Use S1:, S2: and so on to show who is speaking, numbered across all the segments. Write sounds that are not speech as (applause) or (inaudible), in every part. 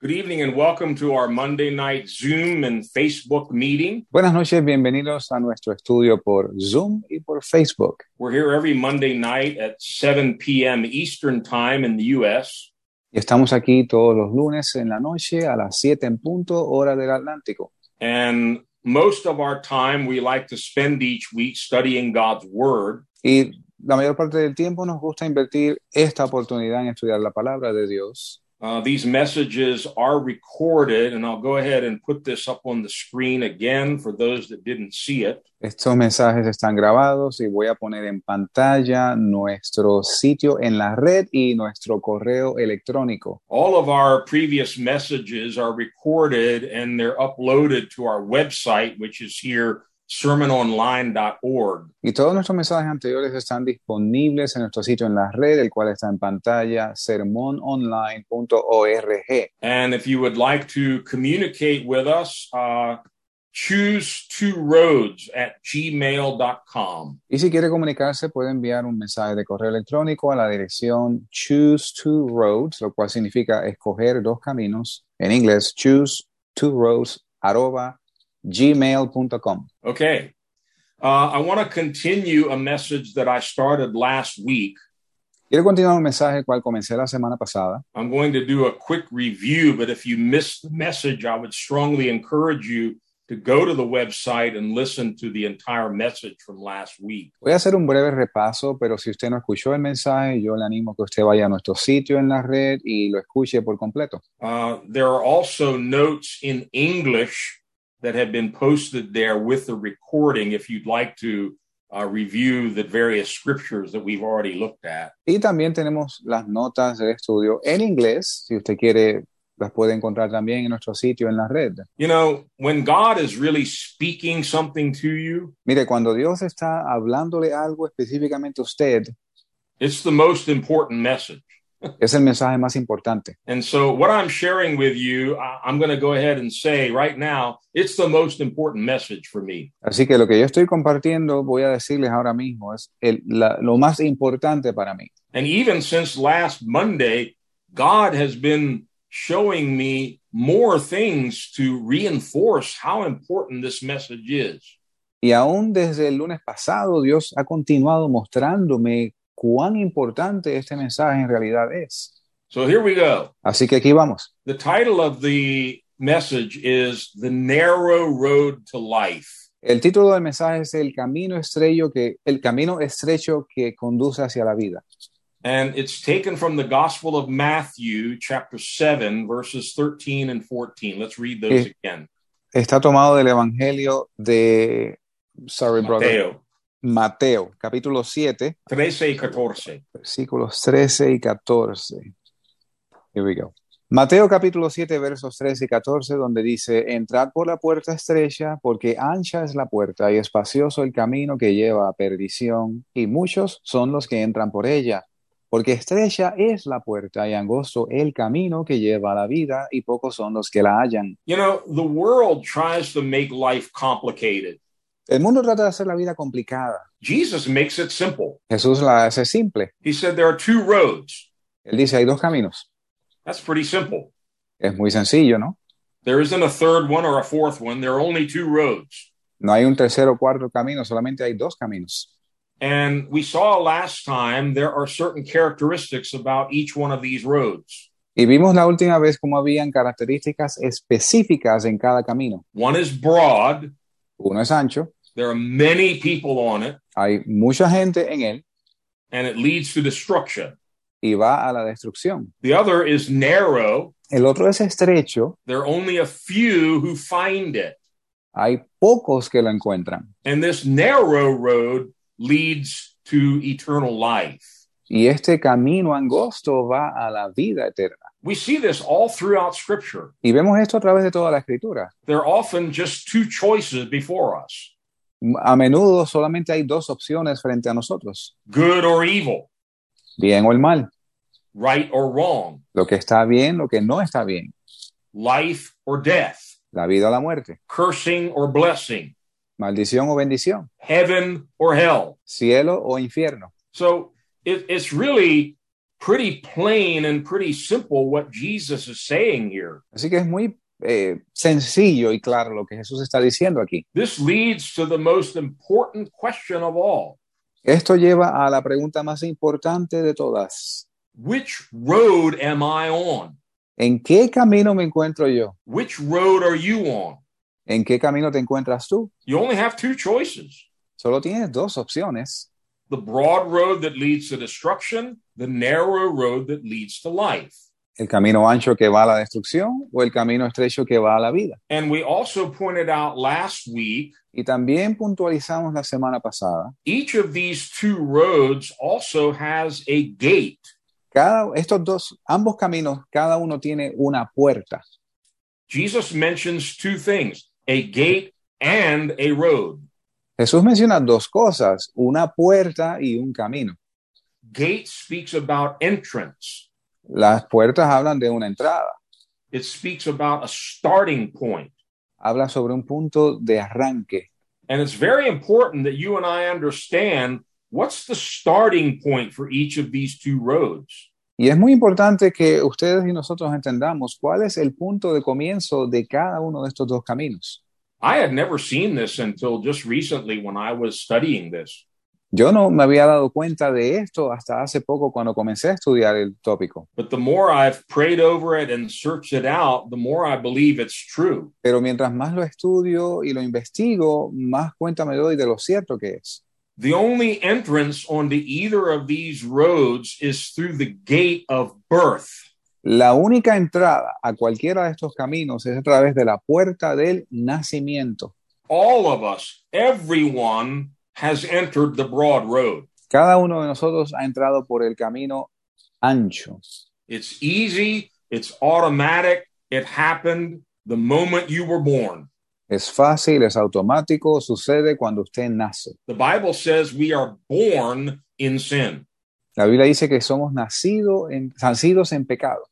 S1: Good evening and welcome to our Monday night Zoom and Facebook meeting.
S2: Buenas noches, bienvenidos a nuestro estudio por Zoom y por Facebook.
S1: We're here every Monday night at 7 p.m. Eastern Time in the U.S.
S2: Y estamos aquí todos los lunes en la noche a las 7 en punto, hora del Atlántico.
S1: And most of our time we like to spend each week studying God's Word.
S2: Y la mayor parte del tiempo nos gusta invertir esta oportunidad en estudiar la palabra de Dios.
S1: Uh, these messages are recorded, and I'll go ahead and put this up on the screen again for those that didn't see it.
S2: Estos mensajes están grabados y voy a poner en pantalla nuestro sitio en la red y nuestro correo electrónico.
S1: All of our previous messages are recorded and they're uploaded to our website, which is here, sermononline.org.
S2: Y todos nuestros mensajes anteriores están disponibles en nuestro sitio en la red, el cual está en pantalla, sermononline.org.
S1: And if you would like to communicate with us, uh, choose two roads at gmail.com.
S2: Y si quiere comunicarse, puede enviar un mensaje de correo electrónico a la dirección choose two roads, lo cual significa escoger dos caminos. En inglés, choose two roads arroba gmail.com.
S1: Okay. Uh, I want to continue a message that I started last week.
S2: Quiero continuar un mensaje el cual comencé la semana pasada.
S1: I'm going to do a quick review, but if you missed the message, I would strongly encourage you to go to the website and listen to the entire message from last week.
S2: Voy a hacer un breve repaso, pero si usted no escuchó el mensaje, yo le animo a que usted vaya a nuestro sitio en la red y lo escuche por completo.
S1: Uh, there are also notes in English that have been posted there with the recording if you'd like to uh, review the various scriptures that we've already looked at.
S2: Y también tenemos las notas del estudio en inglés. Si usted quiere, las puede encontrar también en nuestro sitio en la red.
S1: You know, when God is really speaking something to you,
S2: Mire, cuando Dios está hablándole algo específicamente a usted,
S1: it's the most important message.
S2: es el mensaje más importante.
S1: And so, what I'm sharing with you, I- I'm going to go ahead and say right now, it's the most important message for me.
S2: Así que lo que yo estoy compartiendo, voy a decirles ahora mismo, es el- la- lo más importante para mí.
S1: And even since last Monday, God has been showing me more things to reinforce how important this message is.
S2: Y aún desde el lunes pasado, Dios ha continuado mostrándome cuán importante este mensaje en realidad es.
S1: So, here we go.
S2: Así que aquí vamos.
S1: The title of the message is The Narrow Road to Life.
S2: El título del mensaje es El camino estrecho que, el camino estrecho que conduce hacia la vida.
S1: And it's taken from the Gospel of Matthew, chapter 7, verses 13 and 14. Let's read those
S2: Eh,
S1: again.
S2: Está tomado del Evangelio de, sorry, brother,
S1: Mateo
S2: Mateo, capítulo 7,
S1: 13 y 14.
S2: versículos 13 y 14. Here we go. Mateo capítulo 7 versos 13 y 14 donde dice, entrad por la puerta estrecha porque ancha es la puerta y espacioso el camino que lleva a perdición y muchos son los que entran por ella. Porque estrecha es la puerta y angosto el camino que lleva a la vida y pocos son los que la hallan.
S1: You know, the world tries to make life complicated.
S2: El mundo trata de hacer la vida complicada.
S1: Jesus makes it simple.
S2: Jesús la hace simple.
S1: He said there are two roads.
S2: Él dice, hay dos caminos.
S1: That's pretty simple.
S2: Es muy sencillo, ¿no?
S1: There isn't a third one or a fourth one. There are only two roads.
S2: No hay un tercero o cuarto camino, solamente hay dos caminos.
S1: And we saw last time there are certain characteristics about each one of these roads.
S2: Y vimos la última vez cómo habían características específicas en cada camino.
S1: One is broad.
S2: Uno es ancho,
S1: There are many people on it
S2: hay mucha gente en él
S1: and it leads to destruction.
S2: y va a la destrucción.
S1: The other is narrow.
S2: El otro es estrecho,
S1: There are only a few who find it.
S2: hay pocos que lo encuentran.
S1: And this narrow road leads to eternal life.
S2: Y este camino angosto va a la vida eterna.
S1: We see this all throughout Scripture.
S2: Y vemos esto a través de toda la escritura.
S1: There are often just two choices before us
S2: A menudo solamente hay dos opciones frente a nosotros,
S1: good or evil,
S2: bien o el mal,
S1: right or wrong,
S2: lo que está bien, lo que no está bien,
S1: life or death,
S2: la vida o la muerte,
S1: cursing or blessing,
S2: maldición o bendición,
S1: heaven or hell.
S2: cielo o infierno.
S1: So it, it's really pretty plain and pretty simple what Jesus is saying here.
S2: Así que es muy eh, sencillo y claro lo que Jesús está diciendo aquí.
S1: This leads to the most important question of all
S2: Esto lleva a la pregunta más importante de todas.
S1: Which road am I on?
S2: ¿En qué camino me encuentro yo?
S1: Which road are you on?
S2: ¿En qué camino te encuentras tú?
S1: You only have two choices
S2: Solo tienes dos opciones.
S1: the broad road that leads to destruction, the narrow road that leads to life.
S2: El camino ancho que va a la destrucción o el camino estrecho que va a la vida.
S1: And we also pointed out last week
S2: Y también puntualizamos la semana pasada,
S1: each of these two roads also has a gate.
S2: cada, estos dos, ambos caminos, cada uno tiene una puerta.
S1: Jesus mentions two things a gate and a road.
S2: Jesús menciona dos cosas, una puerta y un camino.
S1: Gate speaks about entrance,
S2: Las puertas hablan de una entrada,
S1: it speaks about a starting point.
S2: habla sobre un punto de arranque.
S1: And it's very important that you and I understand what's the starting point for each of these two roads.
S2: Y es muy importante que ustedes y nosotros entendamos cuál es el punto de comienzo de cada uno de estos dos caminos.
S1: I had never seen this until just recently when I was studying this.
S2: Yo no me había dado cuenta de esto hasta hace poco cuando comencé a estudiar el tópico,
S1: But the more I've prayed over it and searched it out, the more I believe it's true.
S2: pero mientras más lo estudio y lo investigo, más cuenta me doy de lo cierto que es.
S1: The only entrance onto either of these roads is through the gate of birth.
S2: La única entrada a cualquiera de estos caminos es a través de la puerta del nacimiento.
S1: All of us, everyone has entered the broad road.
S2: Cada uno de nosotros ha entrado por el camino ancho.
S1: It's easy, it's automatic, it happened the moment you were born.
S2: Es fácil, es automático, sucede cuando usted nace.
S1: The Bible says we are born in sin.
S2: La Biblia dice que somos nacidos en, nacidos en pecado.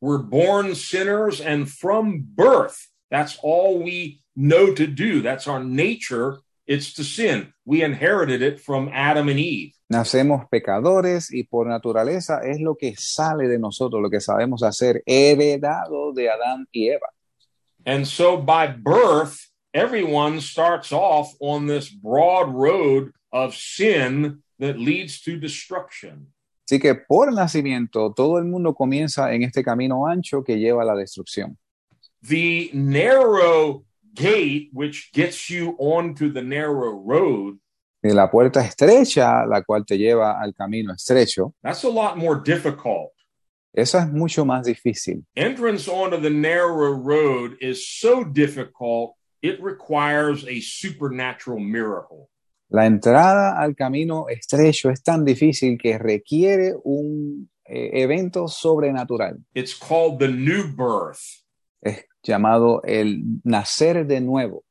S1: We're born sinners, and from birth, that's all we know to do. That's our nature. It's to sin. We inherited it from Adam and Eve.
S2: Nacemos pecadores y por naturaleza es lo que sale de nosotros, lo que sabemos hacer, heredado de Adán y Eva.
S1: And so by birth, everyone starts off on this broad road of sin that leads to destruction.
S2: Así que por nacimiento todo el mundo comienza en este camino ancho que lleva a la destrucción.
S1: The narrow gate, which gets you onto the narrow road,
S2: de la puerta estrecha, la cual te lleva al camino estrecho,
S1: that's a lot more difficult.
S2: esa es mucho más difícil.
S1: entrance onto the narrow road is so difficult it requires a supernatural miracle
S2: La entrada al camino estrecho es tan difícil que requiere un eh, evento sobrenatural.
S1: it's called the new birth
S2: Es llamado el nacer de nuevo.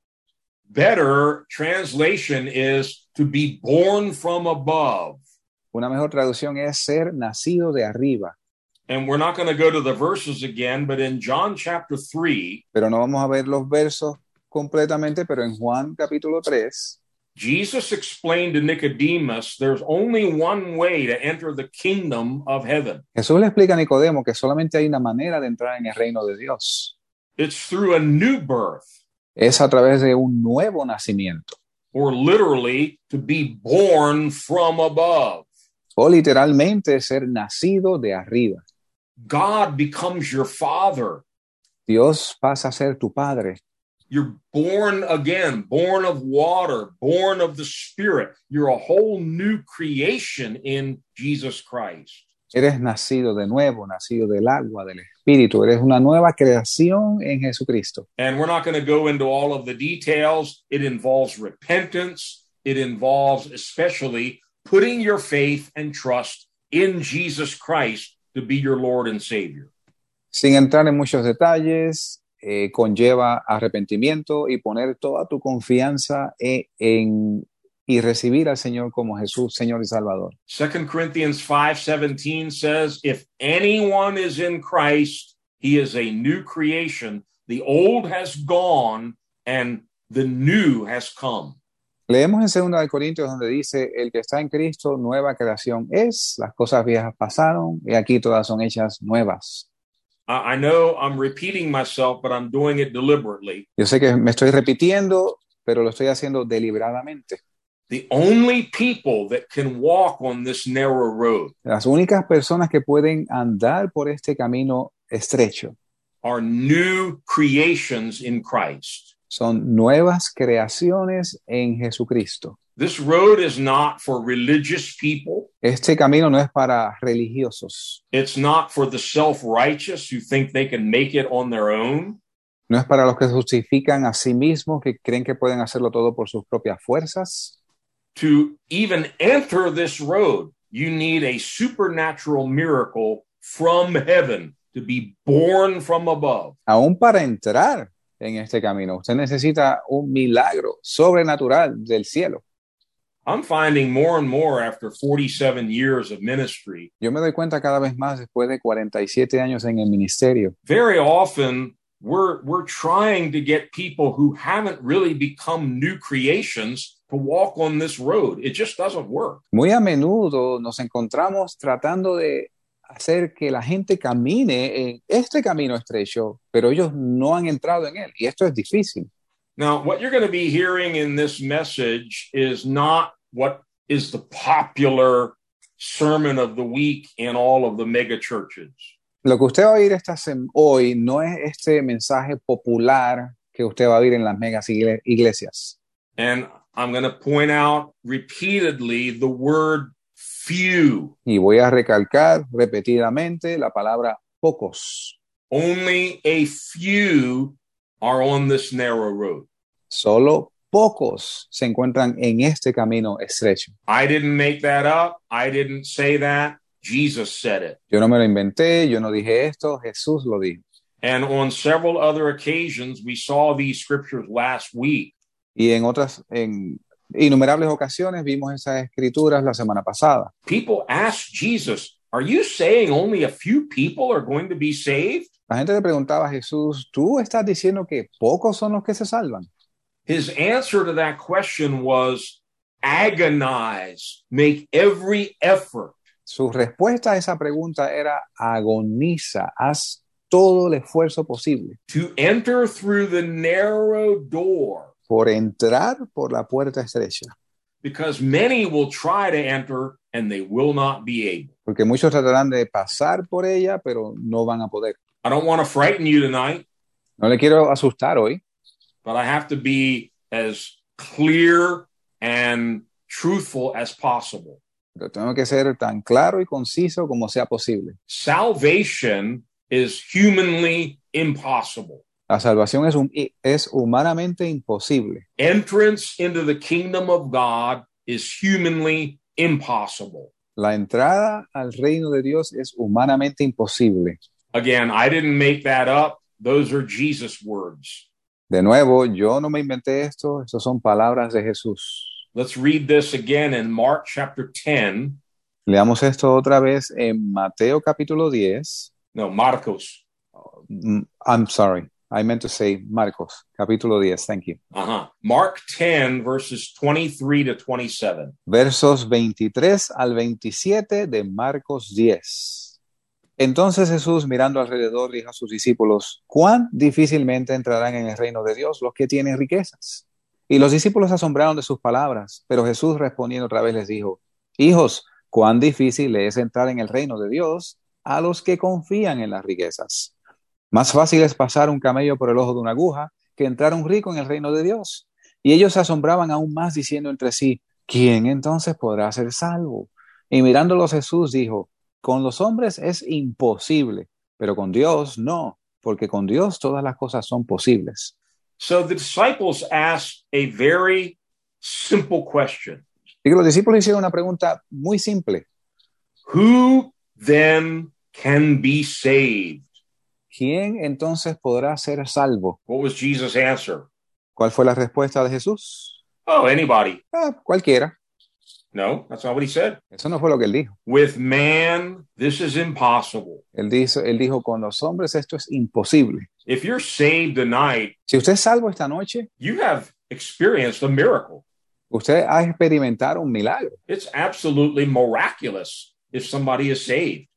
S1: better translation is to be born from above
S2: Una mejor traducción es ser nacido de arriba.
S1: and we're not going to go to the verses again but in john chapter 3
S2: Pero no vamos a ver los versos completamente, pero en Juan capítulo 3,
S1: jesus explained to nicodemus there's only one way to enter the kingdom of heaven
S2: Jesús le explica a Nicodemo que solamente hay una manera de entrar en el reino de Dios.
S1: it's through a new birth
S2: Es a través de un nuevo nacimiento.
S1: or literally to be born from above
S2: o literalmente ser nacido de arriba.
S1: God becomes your father.
S2: Dios pasa a ser tu padre.
S1: You're born again, born of water, born of the Spirit. You're a whole new creation in Jesus Christ.
S2: Eres nacido de nuevo, nacido del agua, del espíritu. Eres una nueva creación en Jesucristo.
S1: And we're not going to go into all of the details. It involves repentance, it involves especially putting your faith and trust in Jesus Christ to be your Lord and Savior.
S2: Sin entrar en muchos detalles, eh, conlleva arrepentimiento y poner toda tu confianza e- en, y recibir al Señor como Jesús, Señor y Salvador.
S1: 2 Corinthians 5:17 says, "If anyone is in Christ, he is a new creation. The old has gone and the new has come."
S2: Leemos en 2 Corintios donde dice, el que está en Cristo, nueva creación es, las cosas viejas pasaron y aquí todas son hechas nuevas.
S1: I I know I'm repeating myself, but I'm doing it deliberately.
S2: Yo sé que me estoy repitiendo, pero lo estoy haciendo deliberadamente.
S1: The only people that can walk on this narrow road
S2: Las únicas personas que pueden andar por este camino estrecho
S1: are new creations in Christ.
S2: son nuevas creaciones en Jesucristo.
S1: This road is not for religious people.
S2: Este camino no es para religiosos,
S1: It's not for the self righteous who think they can make it on their own.
S2: no es para los que justifican a sí mismos, que creen que pueden hacerlo todo por sus propias fuerzas.
S1: To even enter this road, you need a supernatural miracle from heaven to be born from above.
S2: Aún para entrar en este camino, usted necesita un milagro sobrenatural del cielo.
S1: I'm finding more and more after 47 years of ministry,
S2: Yo me doy cuenta cada vez más después de 47 años en el ministerio,
S1: very often we're, we're trying to get people who haven't really become new creations to walk on this road. It just doesn't work.
S2: muy a menudo nos encontramos tratando de hacer que la gente camine en este camino estrecho, pero ellos no han entrado en él y esto es difícil.
S1: Now, what you're going to be hearing in this message is not what is the popular sermon of the week in all of the mega churches.
S2: Lo que usted va a oír esta sem- hoy no es este mensaje popular que usted va a oír en las megas igle- iglesias.
S1: And I'm going to point out repeatedly the word few.
S2: Y voy a recalcar repetidamente la palabra pocos.
S1: Only a few are on this narrow road.
S2: Solo pocos se encuentran en este camino estrecho.
S1: I didn't make that up. I didn't say that. Jesus said it.
S2: Yo no me lo inventé, yo no dije esto, Jesús lo dijo.
S1: And on several other occasions, we saw these scriptures last week.
S2: Y en otras, en innumerables ocasiones vimos esas escrituras la semana pasada.
S1: people asked Jesus, Are you saying only a few people are going to be saved?
S2: La gente le preguntaba a Jesús, ¿tú estás diciendo que pocos son los que se salvan?
S1: His answer to that question was agonize, make every effort.
S2: Su respuesta a esa pregunta era agoniza, haz todo el esfuerzo posible
S1: To enter through the narrow door,
S2: por entrar por la puerta estrecha,
S1: because many will try to enter and they will not be able.
S2: porque muchos tratarán de pasar por ella, pero no van a poder.
S1: I don't want to frighten you tonight,
S2: No le quiero asustar hoy,
S1: but I have to be as clear and truthful as possible.
S2: pero tengo que ser tan claro y conciso como sea posible.
S1: Salvation is humanly impossible.
S2: La salvación es, hum- es humanamente imposible.
S1: entrance into the kingdom of God is humanly impossible.
S2: La entrada al reino de Dios es humanamente imposible.
S1: Again, I didn't make that up. Those are Jesus' words.
S2: De nuevo, yo no me inventé esto, estas son palabras de Jesús.
S1: Let's read this again in Mark chapter 10.
S2: Leamos esto otra vez en Mateo capítulo 10.
S1: No, Marcos.
S2: Mm, I'm sorry, I meant to say Marcos, capítulo 10, thank you.
S1: Uh huh. Mark 10, verses 23 to 27.
S2: Versos 23 al 27 de Marcos 10. Entonces Jesús, mirando alrededor, dijo a sus discípulos, cuán difícilmente entrarán en el reino de Dios los que tienen riquezas. Y los discípulos se asombraron de sus palabras, pero Jesús respondiendo otra vez les dijo, hijos, cuán difícil es entrar en el reino de Dios a los que confían en las riquezas. Más fácil es pasar un camello por el ojo de una aguja que entrar un rico en el reino de Dios. Y ellos se asombraban aún más diciendo entre sí, ¿quién entonces podrá ser salvo? Y mirándolos Jesús dijo, con los hombres es imposible, pero con Dios no, porque con Dios todas las cosas son posibles.
S1: So the disciples asked a very simple question
S2: Y que los discípulos hicieron una pregunta muy simple.
S1: Who then can be saved?
S2: ¿Quién entonces podrá ser salvo?
S1: What was Jesus' answer?
S2: ¿Cuál fue la respuesta de Jesús?
S1: Oh, anybody.
S2: Ah, cualquiera.
S1: No, that's not what he said.
S2: Eso no fue lo que él dijo.
S1: With man, this is impossible.
S2: Él, dice, él dijo, con los hombres esto es imposible.
S1: If you're saved tonight,
S2: Si usted es salvo esta noche,
S1: you have experienced a miracle.
S2: Usted ha experimentado un milagro.
S1: It's absolutely miraculous if somebody is saved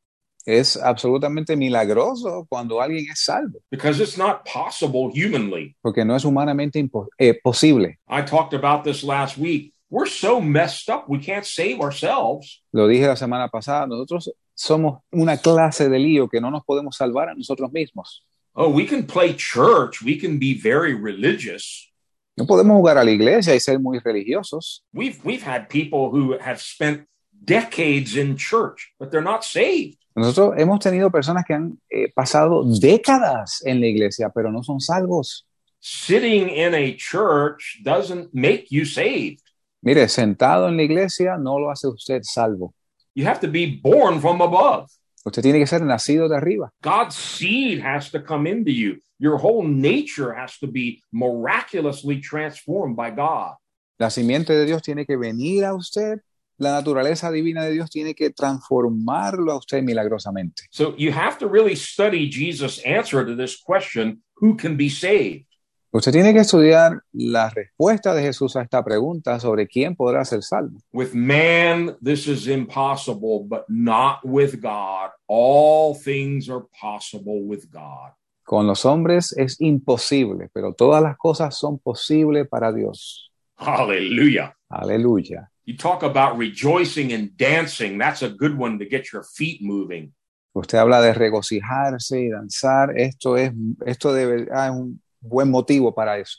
S2: Es absolutamente milagroso cuando alguien es salvo,
S1: because it's not possible humanly.
S2: porque no es humanamente impo- eh, posible.
S1: I talked about this last week. We're so messed up, we can't save ourselves.
S2: Lo dije la semana pasada, nosotros somos una clase de lío que no nos podemos salvar a nosotros mismos.
S1: Oh, we can play church, we can be very religious.
S2: No podemos jugar a la iglesia y ser muy religiosos.
S1: We've we've had people who have spent decades in church, but they're not saved.
S2: Nosotros hemos tenido personas que han eh, pasado décadas en la iglesia, pero no son salvos.
S1: Sitting in a church doesn't make you saved.
S2: Mire, sentado en la iglesia no lo hace usted salvo.
S1: You have to be born from above.
S2: Usted tiene que ser nacido de arriba.
S1: God's seed has to come into you. Your whole nature has to be miraculously transformed by God.
S2: La simiente de Dios tiene que venir a usted. La naturaleza divina de Dios tiene que transformarlo a usted milagrosamente.
S1: So you have to really study Jesus' answer to this question who can be saved?
S2: Usted tiene que estudiar la respuesta de Jesús a esta pregunta sobre quién podrá ser salvo.
S1: With man, this is impossible, but not with God. All things are possible with God.
S2: Con los hombres es imposible, pero todas las cosas son posibles para Dios.
S1: Hallelujah.
S2: Aleluya.
S1: You talk about rejoicing and dancing. That's a good one to get your feet moving.
S2: Usted habla de regocijarse y danzar. Esto es, esto de verdad es un buen motivo para eso.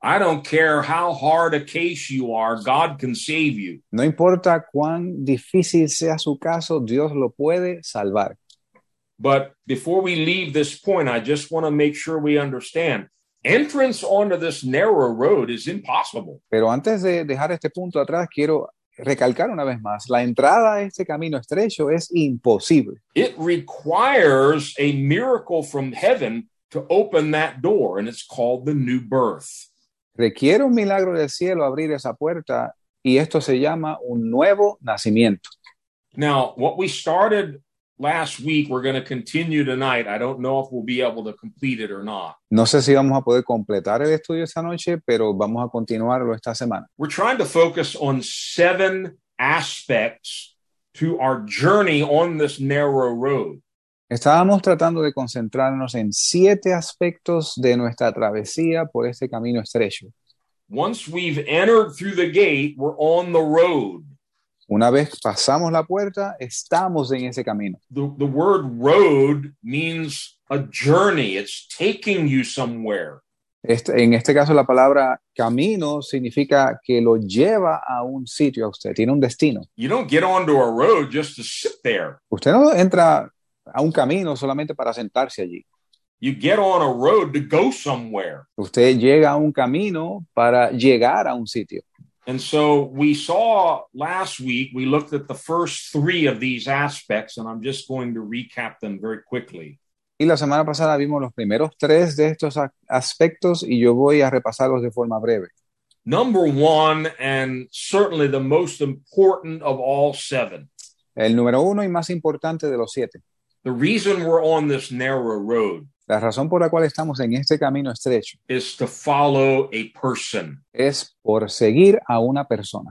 S1: I don't care how hard a case you are, God can save you.
S2: No importa cuán difícil sea su caso, Dios lo puede salvar.
S1: But before we leave this point, I just want to make sure we understand entrance onto this narrow road is impossible.
S2: Pero antes de dejar este punto atrás, quiero recalcar una vez más, la entrada a este camino estrecho es imposible.
S1: It requires a miracle from heaven to open that door, and it's called the new birth.
S2: Requiere un milagro del cielo abrir esa puerta y esto se llama un nuevo nacimiento.
S1: Now, what we started last week, we're going to continue tonight. I don't know if we'll be able to complete it or not.
S2: No sé si vamos a poder completar el estudio esta noche, pero vamos a continuarlo esta semana.
S1: We're trying to focus on seven aspects to our journey on this narrow road.
S2: Estábamos tratando de concentrarnos en siete aspectos de nuestra travesía por este camino estrecho.
S1: Once we've entered through the gate, we're on the road.
S2: Una vez pasamos la puerta, estamos en ese camino.
S1: The, the word road means a journey, it's taking you somewhere.
S2: Este- en este caso, la palabra camino significa que lo lleva a un sitio a usted, tiene un destino.
S1: You don't get onto a road just to sit there.
S2: Usted no entra a un camino solamente para sentarse allí.
S1: You get on a road to go somewhere.
S2: Usted llega a un camino para llegar a un sitio.
S1: And so we saw last week, we looked at the first three of these aspects, and I'm just going to recap them very quickly.
S2: Y la semana pasada vimos los primeros tres de estos a- aspectos y yo voy a repasarlos de forma breve.
S1: Number one, and certainly the most important of all seven,
S2: El número uno y más importante de los siete.
S1: The reason we're on this narrow road
S2: La razón por la cual estamos en este camino estrecho
S1: is to follow a person.
S2: es por seguir a una persona.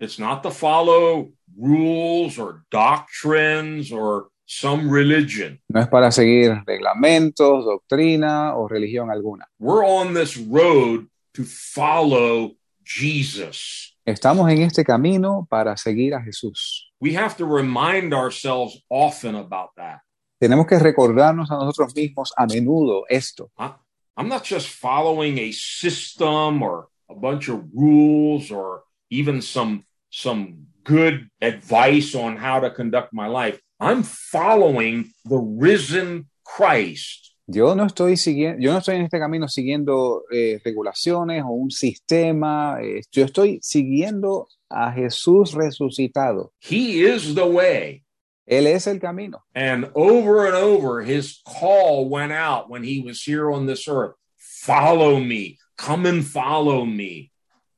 S1: It's not to follow rules or doctrines or some religion.
S2: No es para seguir reglamentos, doctrina o religión alguna.
S1: We're on this road to follow Jesus.
S2: Estamos en este camino para seguir a Jesús.
S1: We have to remind ourselves often about that.
S2: Tenemos que recordarnos a nosotros mismos a menudo esto.
S1: I'm not just following a system or a bunch of rules or even some some good advice on how to conduct my life. I'm following the risen Christ.
S2: Yo no estoy siguiendo, yo no estoy en este camino siguiendo eh, regulaciones o un sistema. eh, yo estoy siguiendo a Jesús resucitado.
S1: He is the way.
S2: Él es el camino.
S1: And over and over his call went out when he was here on this earth. Follow me. Come and follow me.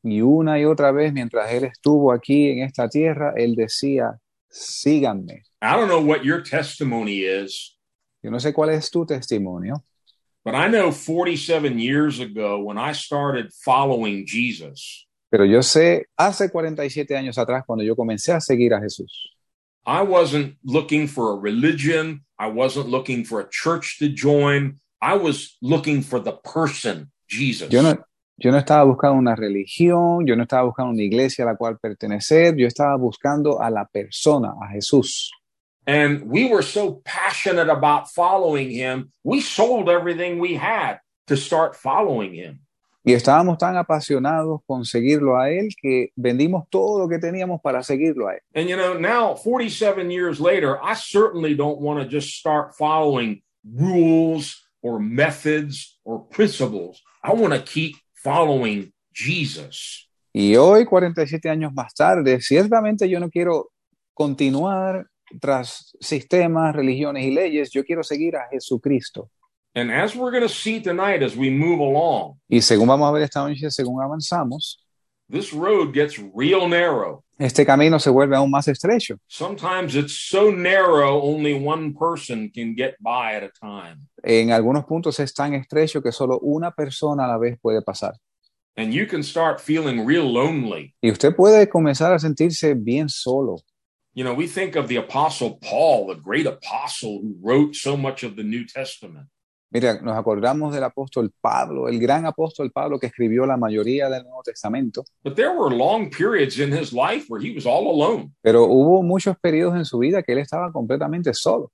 S2: Y una y otra vez, mientras él estuvo aquí en esta tierra, él decía, síganme.
S1: I don't know what your testimony is,
S2: Yo no sé cuál es tu testimonio,
S1: But I know 47 years ago when I started following Jesus,
S2: Pero yo sé, hace 47 años atrás, cuando yo comencé a seguir a Jesús,
S1: I wasn't looking for a religion. I wasn't looking for a church to join. I was looking for the person, Jesus.
S2: yo no, yo no estaba buscando una religión, yo no estaba buscando una iglesia a la cual pertenecer, yo estaba buscando a la persona, a Jesús.
S1: And we were so passionate about following him, we sold everything we had to start following him.
S2: Y estábamos tan apasionados con seguirlo a Él que vendimos todo lo que teníamos para seguirlo a Él.
S1: And you know, now 47 years later, I certainly don't want to just start following rules or methods or principles. I want to keep following Jesus.
S2: Y hoy, 47 años más tarde, ciertamente yo no quiero continuar tras sistemas, religiones y leyes, yo quiero seguir a Jesucristo.
S1: And as we're going to see tonight as we move along,
S2: Y según vamos a ver esta noche, según avanzamos,
S1: this road gets real narrow.
S2: este camino se vuelve aún más estrecho.
S1: Sometimes it's so narrow, only one person can get by at a time.
S2: En algunos puntos es tan estrecho que solo una persona a la vez puede pasar.
S1: And you can start feeling real lonely.
S2: Y usted puede comenzar a sentirse bien solo.
S1: You know, we think of the Apostle Paul, the great apostle who wrote so much of the New Testament.
S2: Mira, nos acordamos del apóstol Pablo, el gran apóstol Pablo que escribió la mayoría del Nuevo Testamento,
S1: But there were long periods in his life where he was all alone.
S2: pero hubo muchos periodos en su vida que él estaba completamente solo.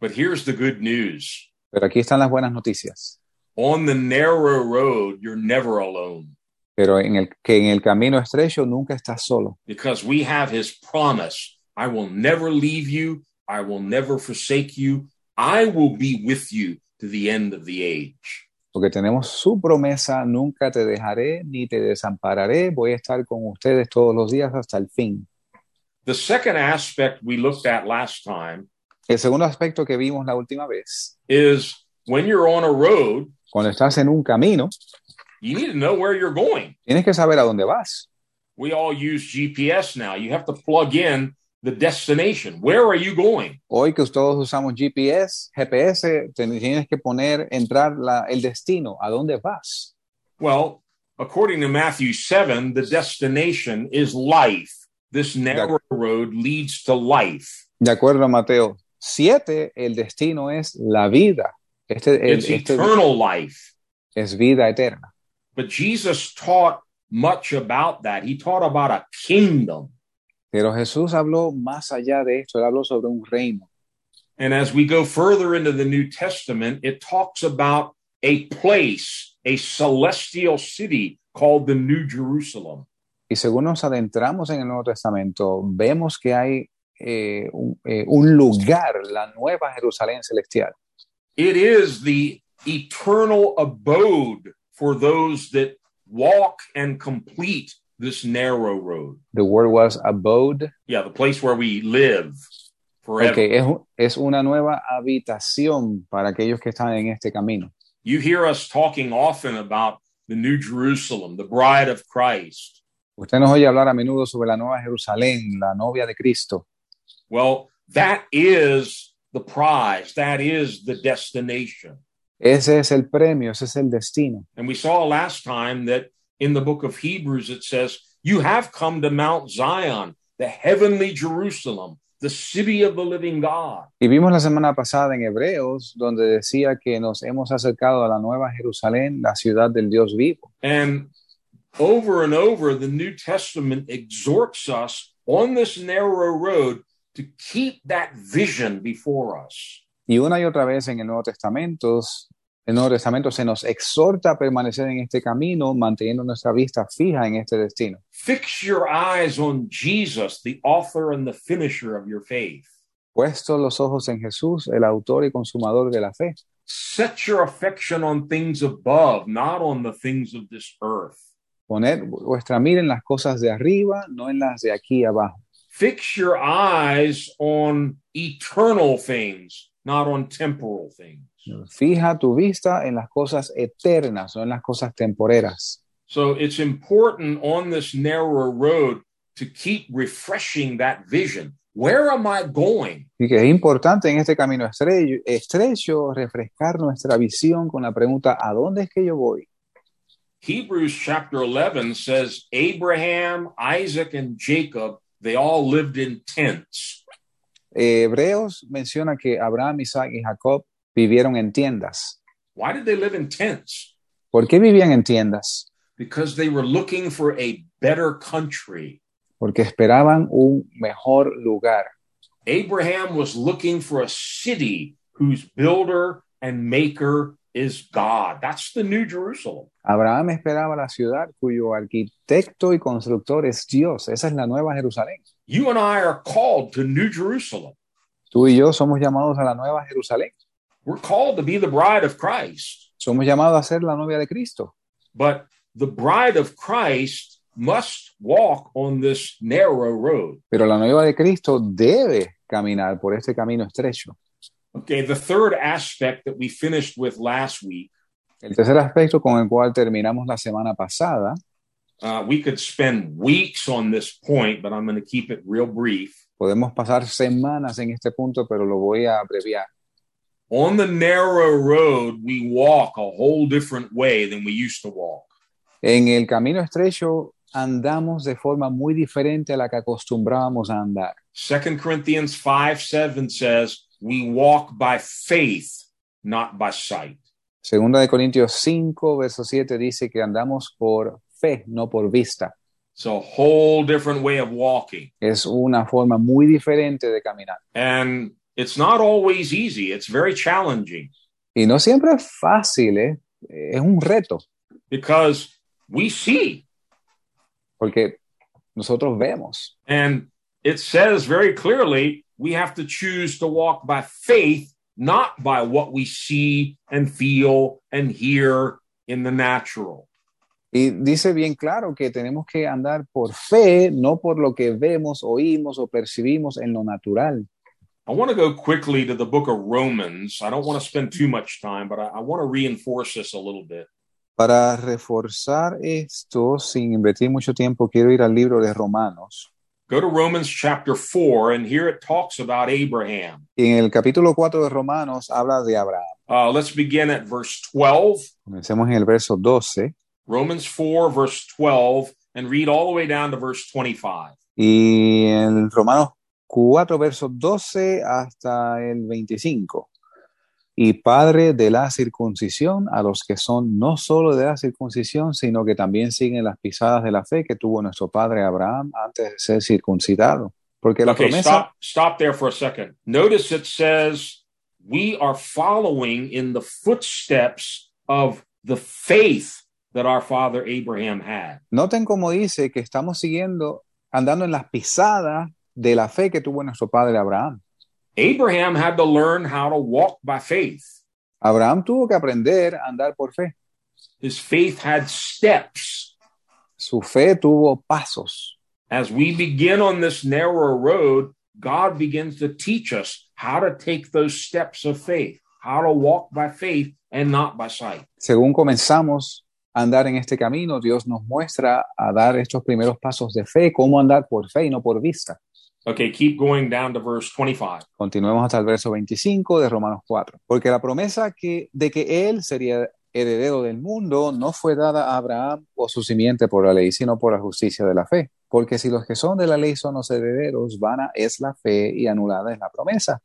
S1: But here's the good news
S2: Pero aquí están las buenas noticias.
S1: on the narrow road, you're never alone
S2: Pero en el que en el camino estrecho nunca estás solo,
S1: because we have his promise I will never leave you, I will never forsake you, I will be with you to the end of the age.
S2: porque tenemos su promesa, nunca te dejaré ni te desampararé, voy a estar con ustedes todos los días hasta el fin.
S1: The second aspect we looked at last time
S2: El segundo aspecto que vimos la última vez,
S1: is when you're on a road,
S2: cuando estás en un camino,
S1: you need to know where you're going.
S2: tienes que saber a dónde vas.
S1: We all use GPS now. You have to plug in the destination. Where are you going?
S2: Hoy que todos usamos GPS, GPS, te- tienes que poner, entrar la- el destino, a dónde vas.
S1: Well, according to Matthew 7, the destination is life. This narrow road leads to life.
S2: De acuerdo a Mateo 7, el destino es la vida. Este, el-
S1: It's
S2: este
S1: eternal life.
S2: es vida eterna.
S1: But Jesus taught much about that. He taught about a kingdom.
S2: Pero Jesús habló más allá de esto, él habló sobre un reino.
S1: And as we go further into the New Testament, it talks about a place, a celestial city called the New Jerusalem.
S2: Y según nos adentramos en el Nuevo Testamento, vemos que hay eh, un, eh, un lugar, la nueva Jerusalén celestial.
S1: It is the eternal abode for those that walk and complete this narrow road.
S2: The word was abode.
S1: Yeah, the place where we live forever.
S2: Ok, es, un- es una nueva habitación para aquellos que están en este camino.
S1: You hear us talking often about the New Jerusalem, the bride of Christ.
S2: Usted nos oye hablar a menudo sobre la nueva Jerusalén, la novia de Cristo.
S1: Well, that is the prize, that is the destination.
S2: Ese es el premio, ese es el destino.
S1: And we saw last time that in the book of Hebrews, it says, You have come to Mount Zion, the heavenly Jerusalem, the city of the living God.
S2: Y vimos la semana pasada en Hebreos, donde decía que nos hemos acercado a la nueva Jerusalén, la ciudad del Dios vivo.
S1: And over and over, the New Testament exhorts us on this narrow road to keep that vision before us.
S2: Y una y otra vez en el Nuevo Testamento, el Nuevo Testamento se nos exhorta a permanecer en este camino, manteniendo nuestra vista fija en este destino.
S1: Fix your eyes on Jesus, the author and the finisher of your faith.
S2: Puestos los ojos en Jesús, el autor y consumador de la fe.
S1: Set your affection on things above, not on the things of this earth.
S2: Poner vuestra mira en las cosas de arriba, no en las de aquí abajo.
S1: Fix your eyes on eternal things, not on temporal things.
S2: Fija tu vista en las cosas eternas, no en las cosas temporeras.
S1: So it's important on this narrow road to keep refreshing that vision. Where am I going?
S2: Y que es importante en este camino estre- estrecho refrescar nuestra visión con la pregunta, ¿a dónde es que yo voy?
S1: Hebrews chapter 11 says Abraham, Isaac, and Jacob, they all lived in tents.
S2: Eh, Hebreos menciona que Abraham, Isaac y Jacob vivieron en tiendas.
S1: Why did they live in tents?
S2: ¿Por qué vivían en tiendas?
S1: Because they were looking for a better country.
S2: Porque esperaban un mejor lugar.
S1: Abraham was looking for a city whose builder and maker is God. That's the New Jerusalem.
S2: Abraham esperaba la ciudad cuyo arquitecto y constructor es Dios. Esa es la nueva Jerusalén.
S1: You and I are called to New Jerusalem.
S2: Tú y yo somos llamados a la nueva Jerusalén.
S1: We're called to be the bride of Christ,
S2: Somos llamados a ser la novia de Cristo.
S1: but the bride of Christ must walk on this narrow road.
S2: Pero la novia de Cristo debe caminar por este camino estrecho.
S1: Okay, the third aspect that we finished with last week,
S2: El tercer aspecto con el cual terminamos la semana pasada,
S1: uh, we could spend weeks on this point, but I'm going to keep it real brief.
S2: podemos pasar semanas en este punto, pero lo voy a abreviar.
S1: On the narrow road, we walk a whole different way than we used to walk.
S2: En el camino estrecho andamos de forma muy diferente a la que acostumbrábamos a andar.
S1: Second Corinthians 5 7 says, We walk by faith, not by sight.
S2: Segunda de Corintios 5, verso 7 dice que andamos por fe, no por vista.
S1: It's a whole different way of walking.
S2: Es una forma muy diferente de caminar.
S1: And it's not always easy, it's very challenging
S2: Y no siempre es fácil, ¿eh? es un reto,
S1: because we see.
S2: porque nosotros vemos.
S1: And it says very clearly, we have to choose to walk by faith, not by what we see and feel and hear in the natural.
S2: Y dice bien claro que tenemos que andar por fe, no por lo que vemos, oímos o percibimos en lo natural.
S1: I want to go quickly to the book of Romans. I don't want to spend too much time, but I, I want to reinforce this a little bit.
S2: Para reforzar esto, sin invertir mucho tiempo, quiero ir al libro de Romanos.
S1: Go to Romans chapter 4, and here it talks about Abraham.
S2: Y en el capítulo 4 de Romanos habla de Abraham.
S1: Uh, let's begin at verse 12,
S2: Comencemos en el verso 12
S1: Romans 4, verse 12, and read all the way down to verse 25.
S2: y en Romanos 4, verso 12 hasta el 25. Y padre de la circuncisión a los que son no solo de la circuncisión, sino que también siguen las pisadas de la fe que tuvo nuestro padre Abraham antes de ser circuncidado. Porque la
S1: Okay,
S2: promesa...
S1: stop, stop there for a second. Notice it says, We are following in the footsteps of the faith that our father Abraham had.
S2: Noten cómo dice que estamos siguiendo, andando en las pisadas de la fe que tuvo nuestro padre Abraham.
S1: Abraham had to learn how to walk by faith.
S2: Abraham tuvo que aprender a andar por fe.
S1: His faith had steps.
S2: Su fe tuvo pasos.
S1: As we begin on this narrow road, God begins to teach us how to take those steps of faith, how to walk by faith and not by sight.
S2: Según comenzamos a andar en este camino, Dios nos muestra a dar estos primeros pasos de fe, cómo andar por fe y no por vista.
S1: Okay, keep going down to verse 25.
S2: Continuemos hasta el verso 25 de Romanos 4. Porque la promesa que, de que él sería heredero del mundo no fue dada a Abraham o su simiente por la ley, sino por la justicia de la fe. Porque si los que son de la ley son los herederos, vana es la fe y anulada es la promesa.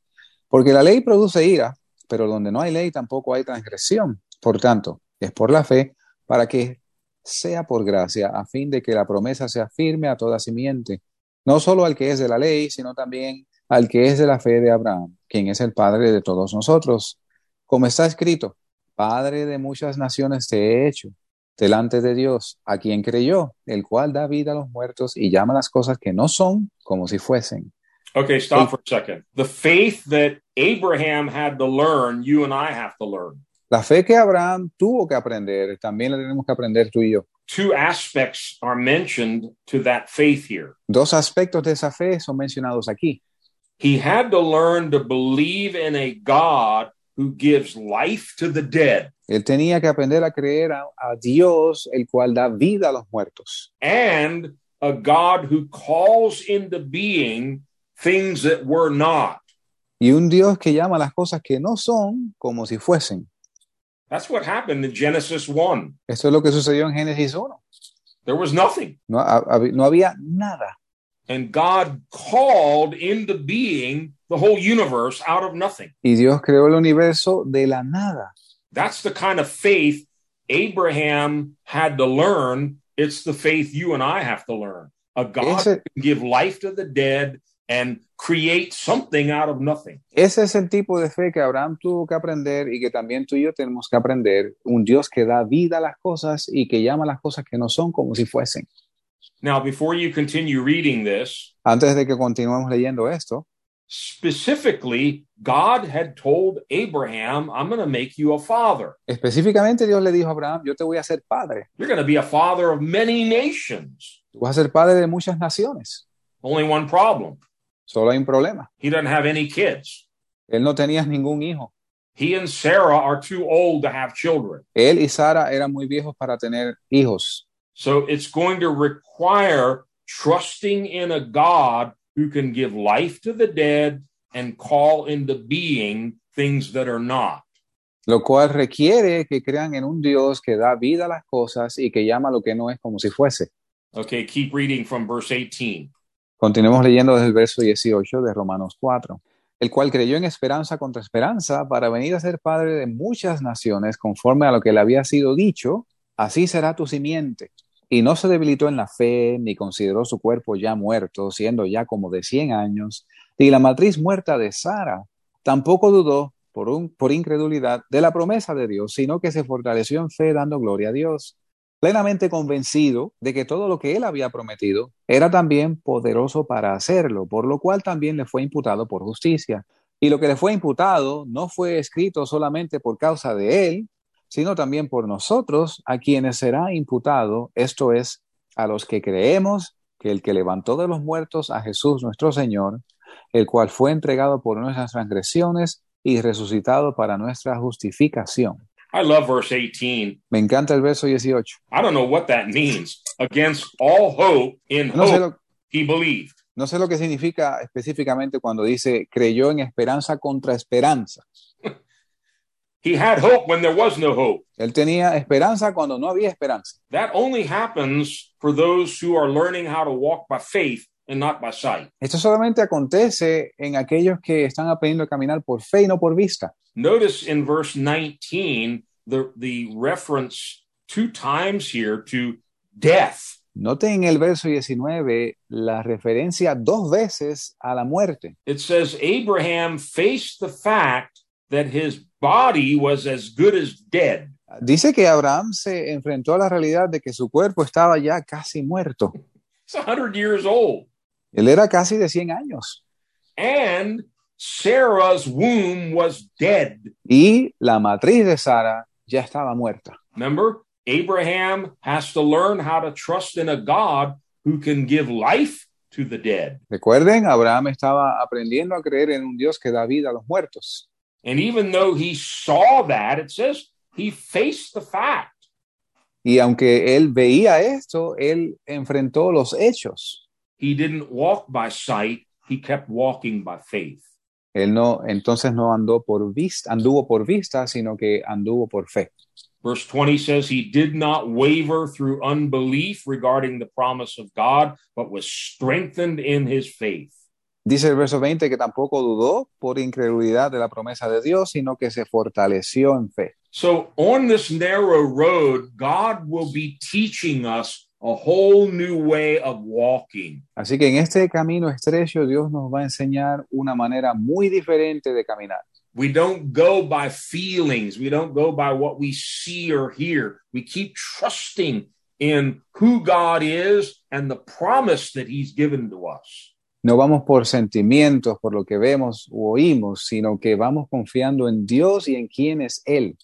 S2: Porque la ley produce ira, pero donde no hay ley tampoco hay transgresión. Por tanto, es por la fe para que sea por gracia, a fin de que la promesa sea firme a toda simiente, no solo al que es de la ley, sino también al que es de la fe de Abraham, quien es el Padre de todos nosotros. Como está escrito, Padre de muchas naciones te he hecho, delante de Dios, a quien creyó, el cual da vida a los muertos y llama las cosas que no son como si fuesen.
S1: Okay, stop for a second. The faith that Abraham had to learn, you and I have to learn.
S2: La fe que Abraham tuvo que aprender, también la tenemos que aprender tú y yo.
S1: Two aspects are mentioned to that faith here.
S2: Dos aspectos de esa fe son mencionados aquí.
S1: He had to learn to believe in a God who gives life to the dead
S2: Él tenía que aprender a creer a, a Dios, el cual da vida a los muertos,
S1: and a God who calls into being things that were not.
S2: y un Dios que llama las cosas que no son como si fuesen.
S1: That's what happened in Genesis 1.
S2: Esto es lo que sucedió en Génesis 1.
S1: There was nothing.
S2: No, ha- hab- no había nada.
S1: And God called into being the whole universe out of nothing.
S2: Y Dios creó el universo de la nada.
S1: That's the kind of faith Abraham had to learn. It's the faith you and I have to learn. A God
S2: Ese,
S1: who can give life to the dead and create something out of nothing.
S2: ese es el tipo de fe que Abraham tuvo que aprender y que también tú y yo tenemos que aprender. Un Dios que da vida a las cosas y que llama a las cosas que no son como si fuesen.
S1: Now, before you continue reading this,
S2: Antes de que continuemos leyendo esto,
S1: specifically, God had told Abraham, I'm going to make you a father.
S2: específicamente Dios le dijo a Abraham, yo te voy a hacer padre.
S1: You're going to be a father of many nations.
S2: Tú vas a ser padre de muchas naciones.
S1: Only one problem
S2: Solo hay un problema.
S1: he doesn't have any kids.
S2: Él no tenía ningún hijo.
S1: He and Sarah are too old to have children.
S2: Él y Sara eran muy viejos para tener hijos.
S1: So it's going to require trusting in a God who can give life to the dead and call into being things that are not.
S2: lo cual requiere que crean en un Dios que da vida a las cosas y que llama lo que no es como si fuese.
S1: Okay, keep reading from verse 18.
S2: Continuemos leyendo desde el verso 18 de Romanos 4, el cual creyó en esperanza contra esperanza para venir a ser padre de muchas naciones conforme a lo que le había sido dicho, así será tu simiente. Y no se debilitó en la fe, ni consideró su cuerpo ya muerto, siendo ya como de 100 años, ni la matriz muerta de Sara. Tampoco dudó, por, un- por incredulidad, de la promesa de Dios, sino que se fortaleció en fe dando gloria a Dios plenamente convencido de que todo lo que él había prometido era también poderoso para hacerlo, por lo cual también le fue imputado por justicia. Y lo que le fue imputado no fue escrito solamente por causa de él, sino también por nosotros, a quienes será imputado, esto es, a los que creemos que el que levantó de los muertos a Jesús nuestro Señor, el cual fue entregado por nuestras transgresiones y resucitado para nuestra justificación.
S1: I love verse 18.
S2: Me encanta el verso 18.
S1: I don't know what that means. Against all hope, in
S2: No sé
S1: hope,
S2: lo,
S1: he believed.
S2: No sé lo que significa específicamente cuando dice creyó en esperanza contra esperanza.
S1: He had hope when there was no hope.
S2: Él tenía esperanza cuando no había esperanza.
S1: That only happens for those who are learning how to walk by faith and not by sight.
S2: Esto solamente acontece en aquellos que están aprendiendo a caminar por fe y no por vista.
S1: Notice in verse 19 the, the reference two times here to death.
S2: Noten en el verso 19 la referencia dos veces a la muerte.
S1: It says Abraham faced the fact that his body was as good as dead.
S2: Dice que Abraham se enfrentó a la realidad de que su cuerpo estaba ya casi muerto.
S1: It's 100 years old.
S2: Él era casi de 100 años
S1: And Sarah's womb was dead.
S2: y la matriz de Sara ya estaba muerta.
S1: Remember, Abraham has to learn how to trust in a God who can give life to the dead.
S2: Recuerden, Abraham estaba aprendiendo a creer en un Dios que da vida a los muertos.
S1: And even though he saw that, it says he faced the fact.
S2: Y aunque él veía esto, él enfrentó los hechos.
S1: He didn't walk by sight, he kept walking by faith.
S2: Él no, entonces no andó por vista, anduvo por vista, sino que anduvo por fe.
S1: Verse 20 says he did not waver through unbelief regarding the promise of God, but was strengthened in his faith.
S2: Dice el verso 20 que tampoco dudó por incredulidad de la promesa de Dios, sino que se fortaleció en fe.
S1: So, on this narrow road, God will be teaching us a whole new way of walking.
S2: Así que en este camino estrecho Dios nos va a enseñar una manera muy diferente de caminar.
S1: We don't go by feelings. We don't go by what we see or hear. We keep trusting in who God is and the promise that He's given to us.
S2: No vamos por sentimientos, por lo que vemos u oímos, sino que vamos confiando en Dios y en quién es Él.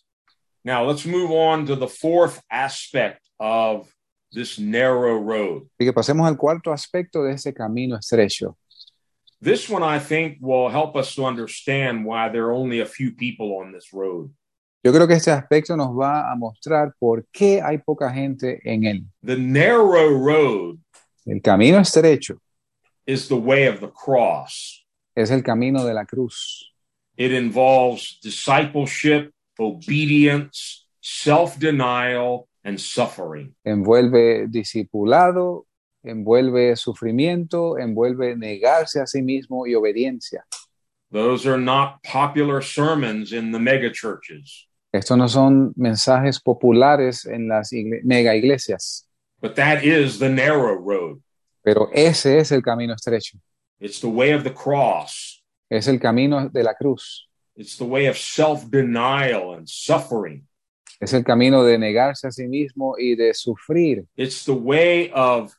S1: Now, let's move on to the fourth aspect of this narrow road.
S2: Así que pasemos al cuarto aspecto de este camino estrecho.
S1: This one, I think, will help us to understand why there are only a few people on this road.
S2: Yo creo que este aspecto nos va a mostrar por qué hay poca gente en él.
S1: The narrow road
S2: El camino estrecho
S1: is the way of the cross,
S2: es el camino de la cruz.
S1: it involves discipleship, obedience, self denial, and suffering.
S2: Envuelve discipulado, envuelve sufrimiento, envuelve negarse a sí mismo y obediencia.
S1: Those are not popular sermons in the megachurches,
S2: Estos no son mensajes populares en las igle- mega iglesias,
S1: but that is the narrow road.
S2: pero ese es el camino estrecho,
S1: It's the way of the cross.
S2: es el camino de la cruz,
S1: It's the way of self denial and suffering.
S2: es el camino de negarse a sí mismo y de sufrir,
S1: It's the way of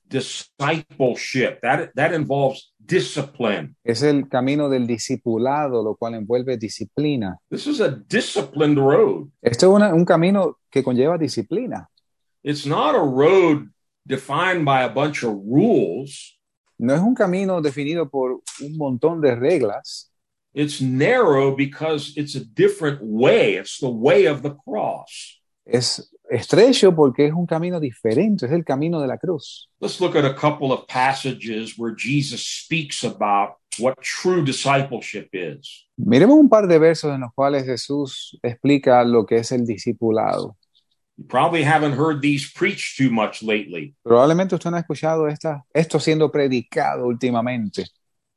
S1: discipleship. That, that involves discipline.
S2: es el camino del discipulado, lo cual envuelve disciplina.
S1: This is a disciplined road.
S2: Esto es una- un camino que conlleva disciplina.
S1: It's not a road defined by a bunch of rules.
S2: No es un camino definido por un montón de reglas,
S1: It's narrow because it's a different way. It's the way of the cross.
S2: es estrecho porque es un camino diferente, es el camino de la cruz.
S1: Let's look at a couple of passages where Jesus speaks about what true discipleship is.
S2: Miremos un par de versos en los cuales Jesús explica lo que es el discipulado.
S1: You probably haven't heard these preached too much lately.
S2: Probablemente usted no ha escuchado esta- esto siendo predicado últimamente.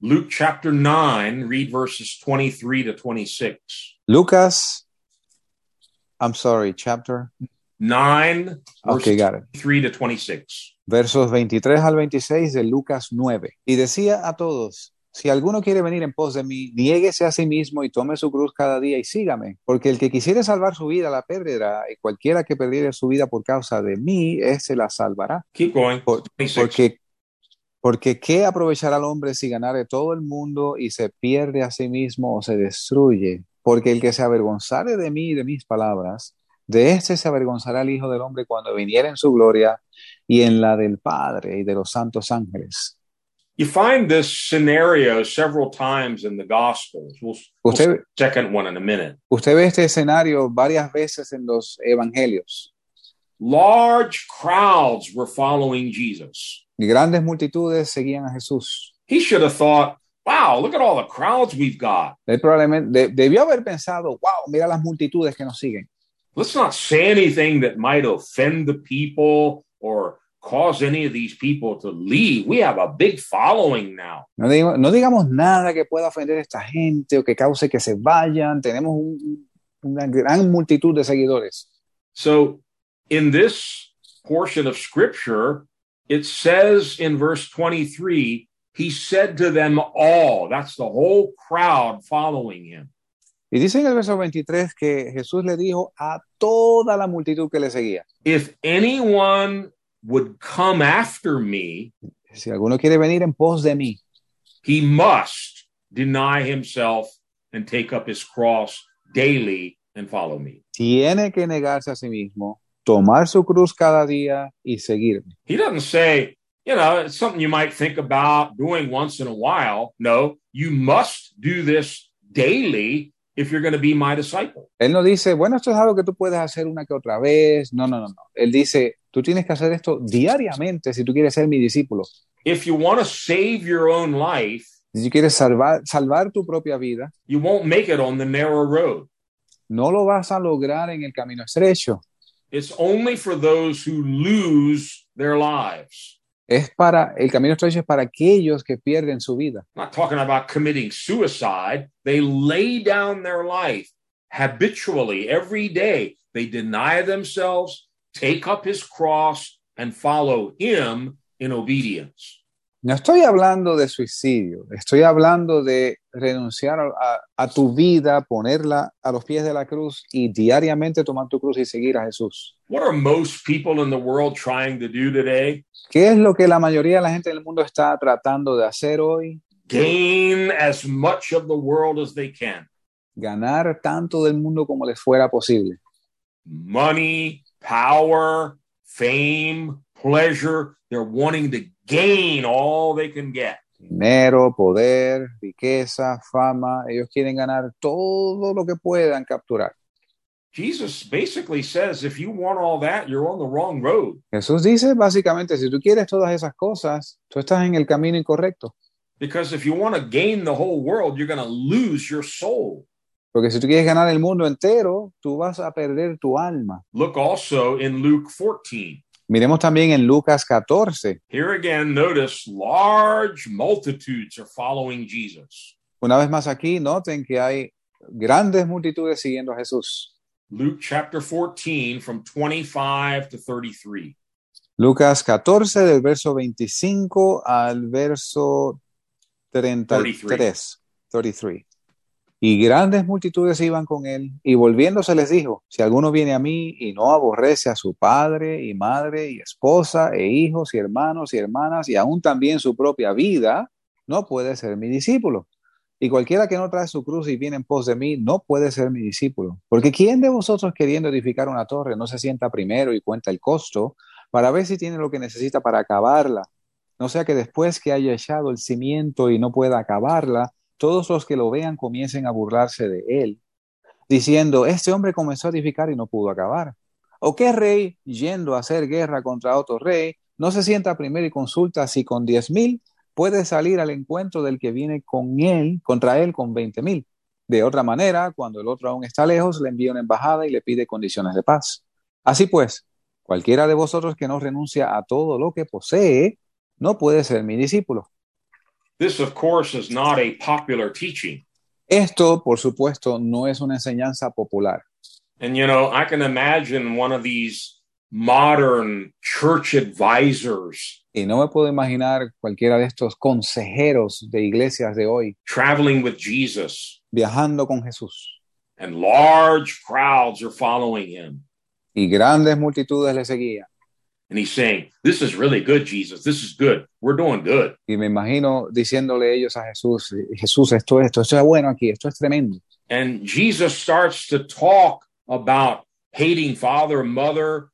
S1: Luke chapter 9, read verses 23 to 26.
S2: Lucas, I'm sorry, chapter.
S1: 9, verses
S2: Okay, got it.
S1: 23 to 26.
S2: versos 23 al 26 de Lucas 9. Y decía a todos, si alguno quiere venir en pos de mí, niéguese a sí mismo y tome su cruz cada día y sígame, porque el que quisiere salvar su vida la perderá, y cualquiera que perdiere su vida por causa de mí, éste la salvará.
S1: Keep going.
S2: Por-
S1: 26.
S2: Porque, porque ¿qué aprovechará el hombre si ganare todo el mundo y se pierde a sí mismo o se destruye? Porque el que se avergonzare de mí y de mis palabras, de éste se avergonzará el Hijo del Hombre cuando viniera en su gloria y en la del Padre y de los santos ángeles.
S1: You find this scenario several times in the Gospels. We'll, we'll see
S2: Usted,
S1: the second one in a minute.
S2: usted ve este escenario varias veces en los evangelios.
S1: Large crowds were following Jesus.
S2: Y grandes multitudes seguían a Jesús.
S1: He should have thought, wow, look at all the crowds we've got.
S2: Él probablemente de- debió haber pensado, wow, mira las multitudes que nos siguen.
S1: Let's not say anything that might offend the people or cause any of these people to leave. We have a big following now.
S2: No, digo- no digamos nada que pueda ofender a esta gente o que cause que se vayan. Tenemos un- una gran multitud de seguidores.
S1: So, in this portion of scripture, it says in verse 23, he said to them all, that's the whole crowd following him.
S2: Y dice en el verso 23 que Jesús le dijo a toda la multitud que le seguía,
S1: If anyone would come after me,
S2: si alguno quiere venir en pos de mí,
S1: he must deny himself and take up his cross daily and follow me.
S2: tiene que negarse a sí mismo, tomar su cruz cada día y seguirme.
S1: He doesn't say, you know, it's something you might think about doing once in a while. No, you must do this daily if you're going to be my disciple.
S2: Él no dice, bueno, esto es algo que tú puedes hacer una que otra vez. No, no, no, no. Él dice, tú tienes que hacer esto diariamente si tú quieres ser mi discípulo.
S1: If you want to save your own life,
S2: Si tú quieres salvar, salvar tu propia vida,
S1: you won't make it on the narrow road.
S2: no lo vas a lograr en el camino estrecho.
S1: It's only for those who lose their lives.
S2: Es para el camino estrecho es para aquellos que pierden su vida.
S1: I'm not talking about committing suicide. They lay down their life habitually every day. They deny themselves, take up his cross, and follow him in obedience.
S2: No estoy hablando de suicidio, estoy hablando de renunciar a, a- a tu vida, ponerla a los pies de la cruz y diariamente tomar tu cruz y seguir a Jesús.
S1: What are most people in the world trying to do today?
S2: ¿Qué es lo que la mayoría de la gente del mundo está tratando de hacer hoy?
S1: Gain as much of the world as they can
S2: Ganar tanto del mundo como les fuera posible.
S1: money, power, fame, pleasure. They're wanting to gain all they can get.
S2: Dinero, poder, riqueza, fama, ellos quieren ganar todo lo que puedan capturar.
S1: Jesus basically says if you want all that, you're on the wrong road.
S2: Jesús dice básicamente, si tú quieres todas esas cosas, tú estás en el camino incorrecto,
S1: Because if you want to gain the whole world, you're going to lose your soul.
S2: Porque si tú quieres ganar el mundo entero, tú vas a perder tu alma.
S1: Look also in Luke 14.
S2: Miremos también en Lucas 14.
S1: Here again, notice large multitudes are following Jesus.
S2: Una vez más aquí, noten que hay grandes multitudes siguiendo a Jesús.
S1: Luke chapter 14, from 25 to 33.
S2: Lucas 14, del verso 25 al verso 33. 33. Y grandes multitudes iban con él, y volviéndose les dijo, si alguno viene a mí y no aborrece a su padre y madre y esposa e hijos y hermanos y hermanas y aún también su propia vida, no puede ser mi discípulo. Y cualquiera que no trae su cruz y viene en pos de mí, no puede ser mi discípulo. Porque ¿quién de vosotros queriendo edificar una torre no se sienta primero y cuenta el costo para ver si tiene lo que necesita para acabarla? No sea que después que haya echado el cimiento y no pueda acabarla, todos los que lo vean comiencen a burlarse de él, diciendo, este hombre comenzó a edificar y no pudo acabar. ¿O qué rey, yendo a hacer guerra contra otro rey, no se sienta primero y consulta si con diez mil puede salir al encuentro del que viene con él, contra él con veinte mil? De otra manera, cuando el otro aún está lejos, le envía una embajada y le pide condiciones de paz. Así pues, cualquiera de vosotros que no renuncia a todo lo que posee, no puede ser mi discípulo.
S1: This, of course, is not a popular teaching.
S2: Esto, por supuesto, no es una enseñanza popular.
S1: And, you know, I can imagine one of these modern church advisors
S2: Y no me puedo imaginar cualquiera de estos consejeros de iglesias de hoy
S1: traveling with Jesus,
S2: viajando con Jesús.
S1: and large crowds are following him.
S2: Y grandes multitudes le seguían.
S1: And he's saying, This is really good, Jesus. This is good. We're doing good.
S2: Y me imagino diciéndole ellos a Jesús, Jesús, esto, esto, esto es bueno aquí, esto es tremendo.
S1: And Jesus starts to talk about hating father, mother,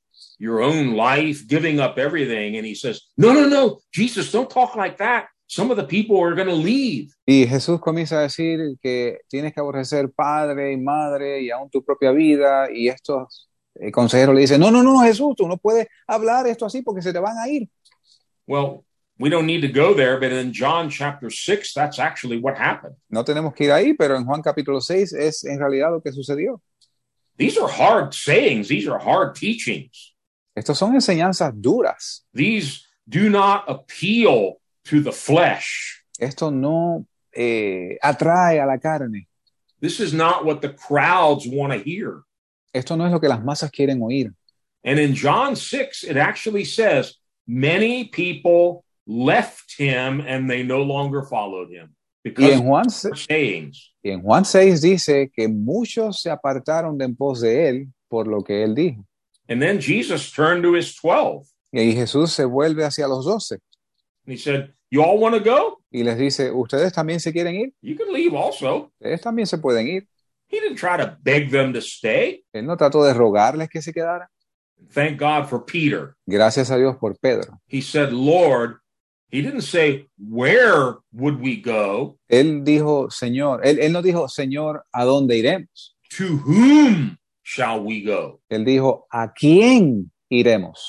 S1: your own life, giving up everything. And he says, No, no, no, Jesus, don't talk like that. Some of the people are going to leave.
S2: Y Jesús comienza a decir que tienes que aborrecer padre y madre y aún tu propia vida. Y estos eh, consejeros le dicen, no, no, no, Jesús, tú no puedes hablar esto así porque se te van a ir.
S1: Well, we don't need to go there, but in John chapter six, that's actually what happened.
S2: No tenemos que ir ahí, pero en Juan capítulo 6 es en realidad lo que sucedió.
S1: These are hard sayings, these are hard teachings.
S2: Estas son enseñanzas duras.
S1: These do not appeal to the flesh.
S2: Esto no eh, atrae a la carne.
S1: This is not what the crowds want to hear.
S2: Esto no es lo que las masas quieren oír.
S1: And in John 6, it actually says, Many people left him and they no longer followed him
S2: Y
S1: because
S2: en Juan,
S1: of his sayings.
S2: y en Juan 6 dice que muchos se apartaron de en pos de él por lo que él dijo.
S1: And then Jesus turned to his 12
S2: Y ahí Jesús se vuelve hacia los doce
S1: and he said, You all want to go?
S2: y les dice, ¿ustedes también se quieren ir?
S1: You can leave also.
S2: Ustedes también se pueden ir.
S1: He didn't try to beg them to stay.
S2: Él no trató de rogarles que se quedaran.
S1: Thank God for Peter.
S2: Gracias a Dios por Pedro.
S1: He said, Lord, he didn't say, Where would we go?
S2: Él dijo, Señor, él, él no dijo, Señor, ¿a dónde iremos?
S1: To whom shall we go?
S2: Él dijo, ¿a quién iremos?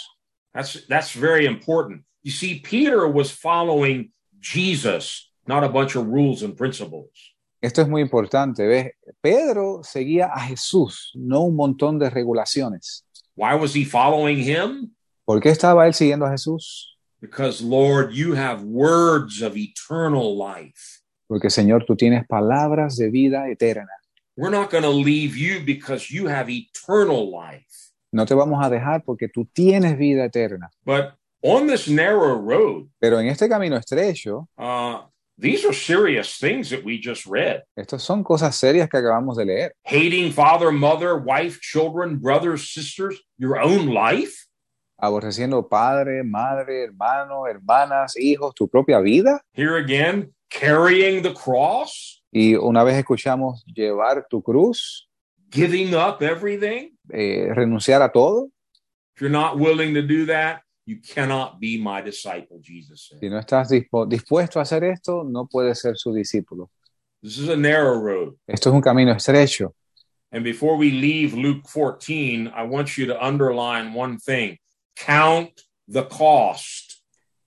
S1: That's that's very important. You see, Peter was following Jesus, not a bunch of rules and principles.
S2: Esto es muy importante, ¿ves? Pedro seguía a Jesús, no un montón de regulaciones.
S1: Why was he following him?
S2: ¿Por qué estaba él siguiendo a Jesús?
S1: Because, Lord, you have words of eternal life.
S2: Porque, Señor, tú tienes palabras de vida eterna.
S1: We're not going to leave you because you have eternal life.
S2: No te vamos a dejar porque tú tienes vida eterna.
S1: But on this narrow road,
S2: Pero en este camino estrecho,
S1: uh, these are serious things that we just read.
S2: estas son cosas serias que acabamos de leer.
S1: Hating father, mother, wife, children, brothers, sisters, your own life.
S2: Aborreciendo padre, madre, hermano, hermanas, hijos, tu propia vida.
S1: Here again, carrying the cross.
S2: Y una vez escuchamos llevar tu cruz,
S1: giving up everything.
S2: eh, renunciar a todo.
S1: If you're not willing to do that, you cannot be my disciple, Jesus said.
S2: Si no estás dispo- dispuesto a hacer esto, no puedes ser su discípulo.
S1: This is a narrow road.
S2: Esto es un camino estrecho.
S1: And before we leave Luke 14, I want you to underline one thing count the cost.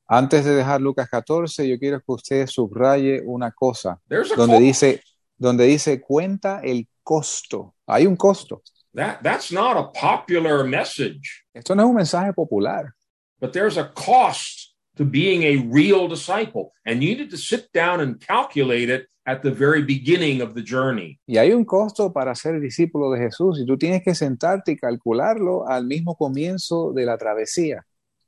S2: Antes de dejar Lucas 14, yo quiero que usted subraye una cosa
S1: There's a
S2: donde
S1: cost.
S2: dice, donde dice cuenta el costo. Hay un costo.
S1: That, that's not a popular message,
S2: Esto no es un mensaje popular,
S1: but there's a cost to being a real disciple. And you need to sit down and calculate it at the very beginning of the journey.
S2: y hay un costo para ser discípulo de Jesús, y tú tienes que sentarte y calcularlo al mismo comienzo de la travesía.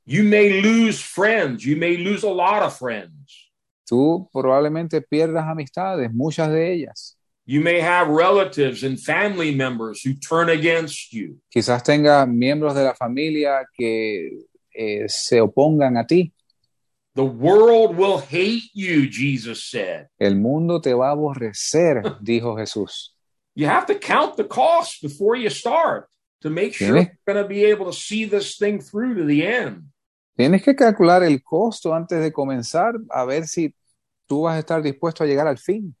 S1: You may lose friends, you may lose a lot of friends.
S2: Tú probablemente pierdas amistades, muchas de ellas.
S1: You may have relatives and family members who turn against you.
S2: Quizás tengas miembros de la familia que eh, se opongan a ti.
S1: The world will hate you, Jesus said.
S2: El mundo te va a aborrecer, dijo Jesús.
S1: You have to count the cost before you start to make sure
S2: Really?
S1: you're going to be able to see this thing through to the end.
S2: Tienes que calcular el costo antes de comenzar a ver si tú vas a estar dispuesto a llegar al fin.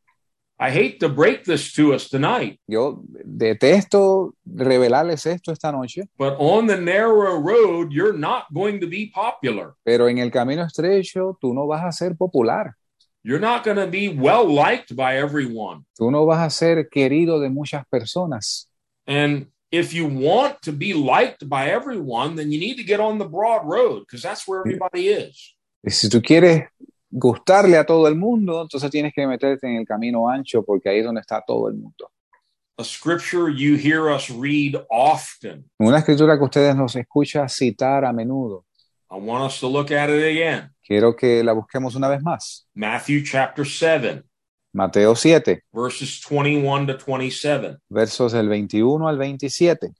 S1: I hate to break this to us tonight,
S2: Yo detesto revelarles esto esta noche,
S1: but on the narrow road, you're not going to be popular.
S2: pero en el camino estrecho tú no vas a ser popular,
S1: You're not going to be well liked by everyone.
S2: tú no vas a ser querido de muchas personas.
S1: And if you want to be liked by everyone, then you need to get on the broad road because that's where everybody is.
S2: Y si tú quieres gustarle a todo el mundo, entonces tienes que meterte en el camino ancho porque ahí es donde está todo el mundo.
S1: A scripture you hear us read often.
S2: Una escritura que ustedes nos escuchan citar a menudo.
S1: I want us to look at it again.
S2: Quiero que la busquemos una vez más.
S1: Matthew chapter 7,
S2: Mateo 7,
S1: verses 21 to 27.
S2: versos del 21 al 27.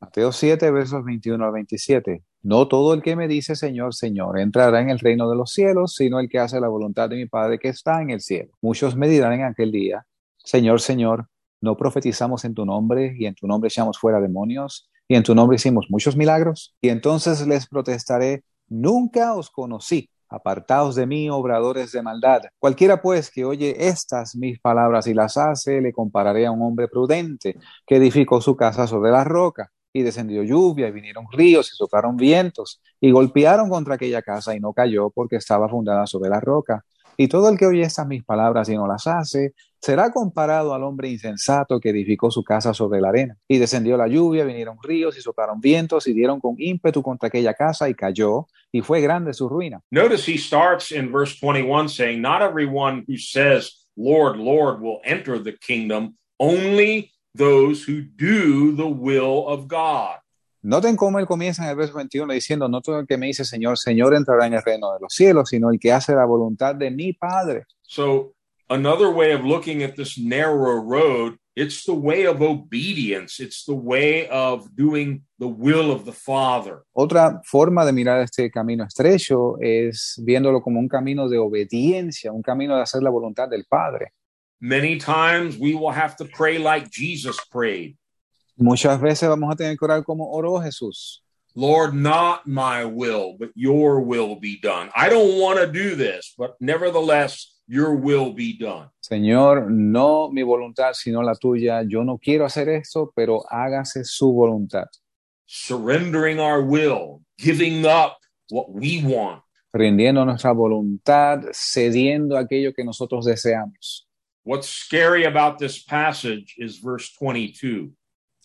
S2: Mateo 7, versos 21 al 27. No todo el que me dice Señor, Señor entrará en el reino de los cielos, sino el que hace la voluntad de mi Padre que está en el cielo. Muchos me dirán en aquel día, Señor, Señor, no profetizamos en tu nombre y en tu nombre echamos fuera demonios y en tu nombre hicimos muchos milagros. Y entonces les protestaré, nunca os conocí. Apartaos de mí, obradores de maldad. Cualquiera pues que oye estas mis palabras y las hace, le compararé a un hombre prudente que edificó su casa sobre la roca. Y descendió lluvia, y vinieron ríos, y soplaron vientos, y golpearon contra aquella casa, y no cayó, porque estaba fundada sobre la roca. Y todo el que oye estas mis palabras y no las hace, será comparado al hombre insensato que edificó su casa sobre la arena. Y descendió la lluvia, vinieron ríos, y soplaron vientos, y dieron con ímpetu contra aquella casa, y cayó, y fue grande su ruina.
S1: Notice he starts in verse 21 saying, Not everyone who says, Lord, Lord, will enter the kingdom, only those who do the will of God.
S2: Noten cómo él comienza en el verso 21 diciendo, no todo el que me dice Señor, Señor entrará en el reino de los cielos, sino el que hace la voluntad de mi Padre.
S1: So, another way of looking at this narrow road, it's the way of obedience, it's the way of doing the will of the Father.
S2: Otra forma de mirar este camino estrecho es viéndolo como un camino de obediencia, un camino de hacer la voluntad del Padre.
S1: Many times we will have to pray like Jesus prayed
S2: Muchas veces vamos a tener que orar como oró Jesús.
S1: Lord, not my will, but your will be done. I don't want to do this, but nevertheless, your will be done.
S2: Señor, no mi voluntad, sino la tuya. Yo no quiero hacer esto, pero hágase su voluntad.
S1: Surrendering our will, giving up what we want.
S2: Rindiendo nuestra voluntad, cediendo aquello que nosotros deseamos.
S1: What's scary about this passage is verse 22.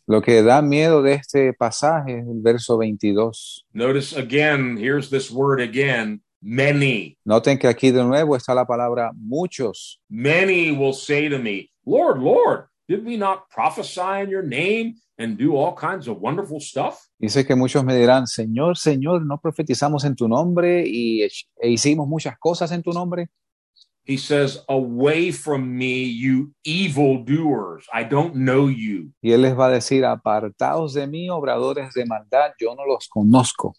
S2: Lo que da miedo de este pasaje es el verso 22.
S1: Notice again, here's this word again many.
S2: Noten que aquí de nuevo está la palabra muchos.
S1: Many will say to me, Lord, Lord, did we not prophesy in your name and do all kinds of wonderful stuff?
S2: Dice que muchos me dirán, Señor, Señor, no profetizamos en tu nombre y hech- e hicimos muchas cosas en tu nombre.
S1: He says, Away from me, you evildoers. I don't know you.
S2: Y Él les va a decir, apartaos de mí, obradores de maldad, yo no los conozco.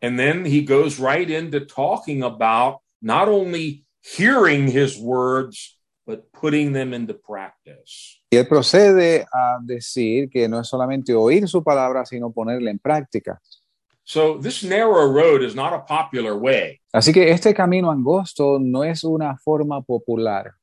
S1: And then he goes right into talking about not only hearing his words, but putting them into practice.
S2: Y Él procede a decir que no es solamente oír su palabra, sino ponerla en práctica.
S1: So this narrow road is not a popular way.
S2: Así que este camino angosto no es una forma popular,